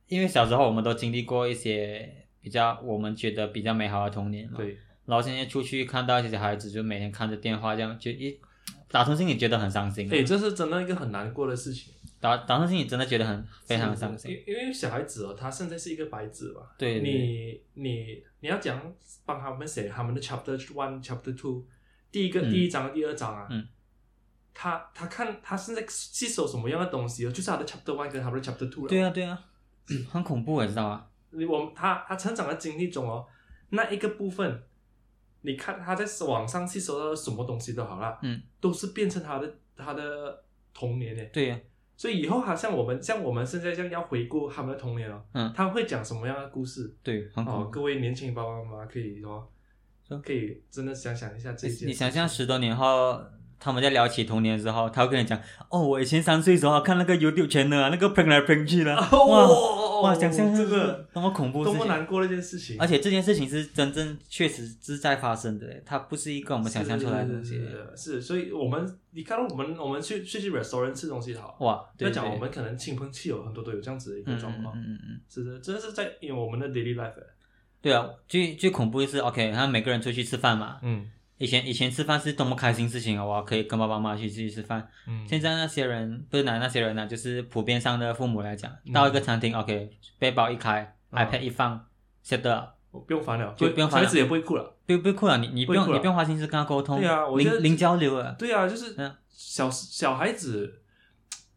Speaker 1: 因为小时候我们都经历过一些比较我们觉得比较美好的童年嘛，，
Speaker 2: 对，
Speaker 1: 然后现在出去看到一些孩子就每天看着电话这样，就一打从心里觉得很伤心，
Speaker 2: 哎，这是真的一个很难过的事情，
Speaker 1: 打打从心里真的觉得很非常伤
Speaker 2: 因
Speaker 1: 心，
Speaker 2: 因为小孩子哦，他现在是一个白纸嘛，
Speaker 1: 对对
Speaker 2: 你你你要讲帮他们写他们的 chapter one chapter two，第一个、
Speaker 1: 嗯
Speaker 2: 第一章第二章啊，
Speaker 1: 嗯
Speaker 2: 他他看他现在吸收什么样的东西哦，就是他的 chapter one 跟他们的 chapter two 了。
Speaker 1: 对啊对啊， 很恐怖，啊你知道吗？
Speaker 2: 你我们他他成长的经历中哦，那一个部分，你看他在网上吸收到什么东西都好啦，
Speaker 1: 嗯，
Speaker 2: 都是变成他的他的童年呢。
Speaker 1: 对啊，
Speaker 2: 所以以后好像我们像我们现在这样要回顾他们的童年哦，
Speaker 1: 嗯
Speaker 2: 他们会讲什么样的故事？
Speaker 1: 对，很
Speaker 2: 哦
Speaker 1: 恐，怖。
Speaker 2: 各位年轻爸爸妈妈可以哦
Speaker 1: 嗯说，
Speaker 2: 可以真的想想一下这一件事情。
Speaker 1: 你想象十多年后，他们在聊起童年的时候，他会跟你讲：“哦，我以前三岁的时候看那个 YouTube channel，啊那个 prank 来 prank 去的，哇
Speaker 2: 哦
Speaker 1: 哇，想象
Speaker 2: 这
Speaker 1: 这
Speaker 2: 个
Speaker 1: 个多么恐怖的
Speaker 2: 多
Speaker 1: 事
Speaker 2: 么
Speaker 1: 情！
Speaker 2: 难过的一件事情，
Speaker 1: 而且这件事情是真正确实是在发生的，它不是一个我
Speaker 2: 我
Speaker 1: 们想象出来的东西。
Speaker 2: 是，是所以我们你看到我们我们去去去 restaurant 吃东西好，
Speaker 1: 哇，
Speaker 2: 要
Speaker 1: 对
Speaker 2: 讲
Speaker 1: 对
Speaker 2: 我们可能亲朋戚友很多都有这样子的一个
Speaker 1: 嗯
Speaker 2: 状
Speaker 1: 嗯嗯
Speaker 2: 况，
Speaker 1: 嗯嗯，
Speaker 2: 是的，真的是在因为我们的 daily life，
Speaker 1: 对啊，最最恐怖的是 OK，他每个人出去吃饭嘛。
Speaker 2: 嗯
Speaker 1: 以前以前吃饭是多么开心的事情啊！哇，可以跟爸爸妈妈去出去吃饭，
Speaker 2: 嗯
Speaker 1: 现
Speaker 2: 在
Speaker 1: 在那些人不是拿那些人呢、啊就是普遍上的父母来讲，
Speaker 2: 嗯
Speaker 1: 到一个餐厅、o k 背包一开、
Speaker 2: 嗯
Speaker 1: i p a d 一放，晓得
Speaker 2: 不用烦了，
Speaker 1: 就不用烦
Speaker 2: 小
Speaker 1: 了
Speaker 2: 孩子也不会哭了，
Speaker 1: 不不哭了，你你不
Speaker 2: 不会哭
Speaker 1: 用
Speaker 2: 了
Speaker 1: 你不用花心思跟他沟通，
Speaker 2: 对啊我觉得
Speaker 1: 零零交流了，
Speaker 2: 对啊，就是
Speaker 1: 嗯
Speaker 2: 小小孩子，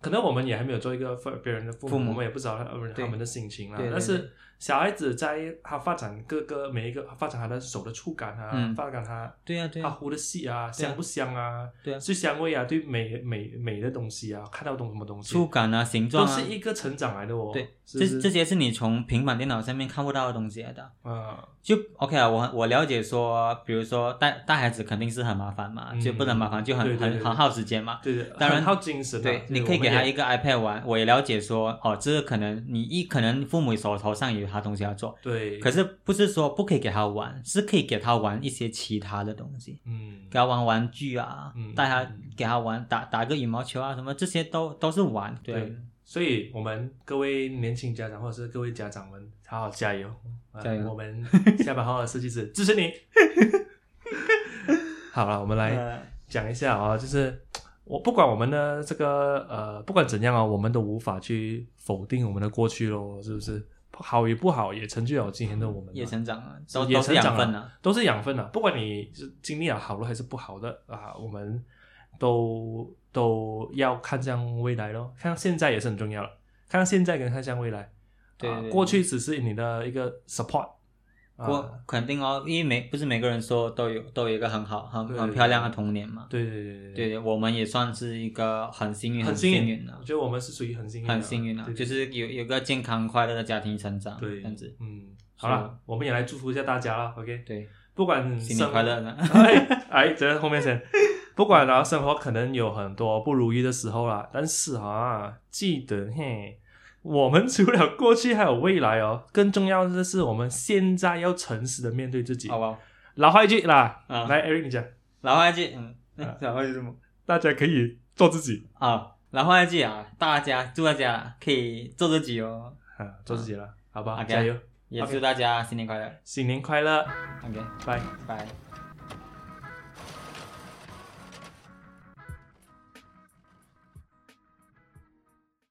Speaker 2: 可能我们也还没有做一个父别人的父母，
Speaker 1: 父母
Speaker 2: 我们也不知道他们
Speaker 1: 对
Speaker 2: 他们的心情啦。
Speaker 1: 对对
Speaker 2: 但是小孩子在他发展各个每一个发展他的手的触感啊，
Speaker 1: 嗯
Speaker 2: 发展他
Speaker 1: 对啊对
Speaker 2: 他
Speaker 1: 啊，
Speaker 2: 呼的气啊，香不香啊，
Speaker 1: 对啊
Speaker 2: 是香味啊，对美美美的东西啊，看到懂什么东西，
Speaker 1: 触感啊，形
Speaker 2: 都
Speaker 1: 状啊，
Speaker 2: 是一个成长来的哦。
Speaker 1: 对，
Speaker 2: 是不
Speaker 1: 这
Speaker 2: 是
Speaker 1: 这些是你从平板电脑上面看不到的东西来的。
Speaker 2: 啊，
Speaker 1: 就 OK 啊，我我了解说，比如说带带孩子肯定是很麻烦嘛，
Speaker 2: 嗯
Speaker 1: 就不能麻烦，就很
Speaker 2: 对对对
Speaker 1: 很很耗时间嘛。
Speaker 2: 对对，
Speaker 1: 当然
Speaker 2: 很耗精神啊。
Speaker 1: 对，
Speaker 2: 就是
Speaker 1: 你可以给
Speaker 2: 我
Speaker 1: 他
Speaker 2: 们也
Speaker 1: 一个 iPad 玩，我也了解说，哦，这个可能你一可能父母手头上有他东西要做，
Speaker 2: 对，
Speaker 1: 可是不是说不可以给他玩，是可以给他玩一些其他的东西，
Speaker 2: 嗯
Speaker 1: 给他玩玩具啊，
Speaker 2: 嗯
Speaker 1: 带他
Speaker 2: 嗯
Speaker 1: 给他玩打打个羽毛球啊，什么这些都都是玩。对，
Speaker 2: 对所以，我们各位年轻家长或者是各位家长们，好好加油，呃
Speaker 1: 加油
Speaker 2: 我们下班好好设计师支持你。 好了，我们来
Speaker 1: 呃
Speaker 2: 讲一下啊、就是我不管我们的这个呃，不管怎样啊、我们都无法去否定我们的过去咯，是不是？好与不好也成就了今天的我们嘛，
Speaker 1: 也成长了，都
Speaker 2: 也
Speaker 1: 都是
Speaker 2: 成长
Speaker 1: 养
Speaker 2: 了
Speaker 1: 分了。
Speaker 2: 都是养分啊。不管你是经历了好的还是不好的啊，我们都都要看向未来咯，看现在也是很重要的，看现在跟看向未来。
Speaker 1: 对
Speaker 2: 啊
Speaker 1: 对对
Speaker 2: 过去只是你的一个 support 啊。
Speaker 1: 我肯定哦，因为每不是每个人说都有都有一个很好很
Speaker 2: 对对
Speaker 1: 很
Speaker 2: 对
Speaker 1: 漂亮的童年嘛。
Speaker 2: 对对对对
Speaker 1: 对，我们也算是一个很幸运
Speaker 2: 很
Speaker 1: 幸
Speaker 2: 幸运
Speaker 1: 运的啊
Speaker 2: 我，觉得我们是属于很幸运的，
Speaker 1: 很幸运的，
Speaker 2: 对
Speaker 1: 就
Speaker 2: 对
Speaker 1: 是有有个健康快乐的家庭成长，
Speaker 2: 对
Speaker 1: 这样子。
Speaker 2: 嗯，好了，我们也来祝福一下大家啦，OK。
Speaker 1: 对，
Speaker 2: 不管
Speaker 1: 新年
Speaker 2: 生
Speaker 1: 快乐呢。
Speaker 2: 哎哎，这后面先。不管啊，生活可能有很多不如意的时候啦，但是啊，记得嘿，我们除了过去还有未来哦，更重要的是我们现在要诚实的面对自己。
Speaker 1: 好啊吧，
Speaker 2: 老话一句啦，
Speaker 1: 啊
Speaker 2: 来，Eric 你讲，
Speaker 1: 然后一句，嗯，
Speaker 2: 啊
Speaker 1: 然后一句什么？
Speaker 2: 大家可以做自己
Speaker 1: 啊，然后一句啊，大家祝大家可以做自己哦，
Speaker 2: 啊，做自己啦，好吧，
Speaker 1: OK
Speaker 2: 加油，
Speaker 1: 也
Speaker 2: OK
Speaker 1: 祝大家新年快乐。
Speaker 2: 新年快乐，
Speaker 1: OK，
Speaker 2: 拜。
Speaker 1: 拜。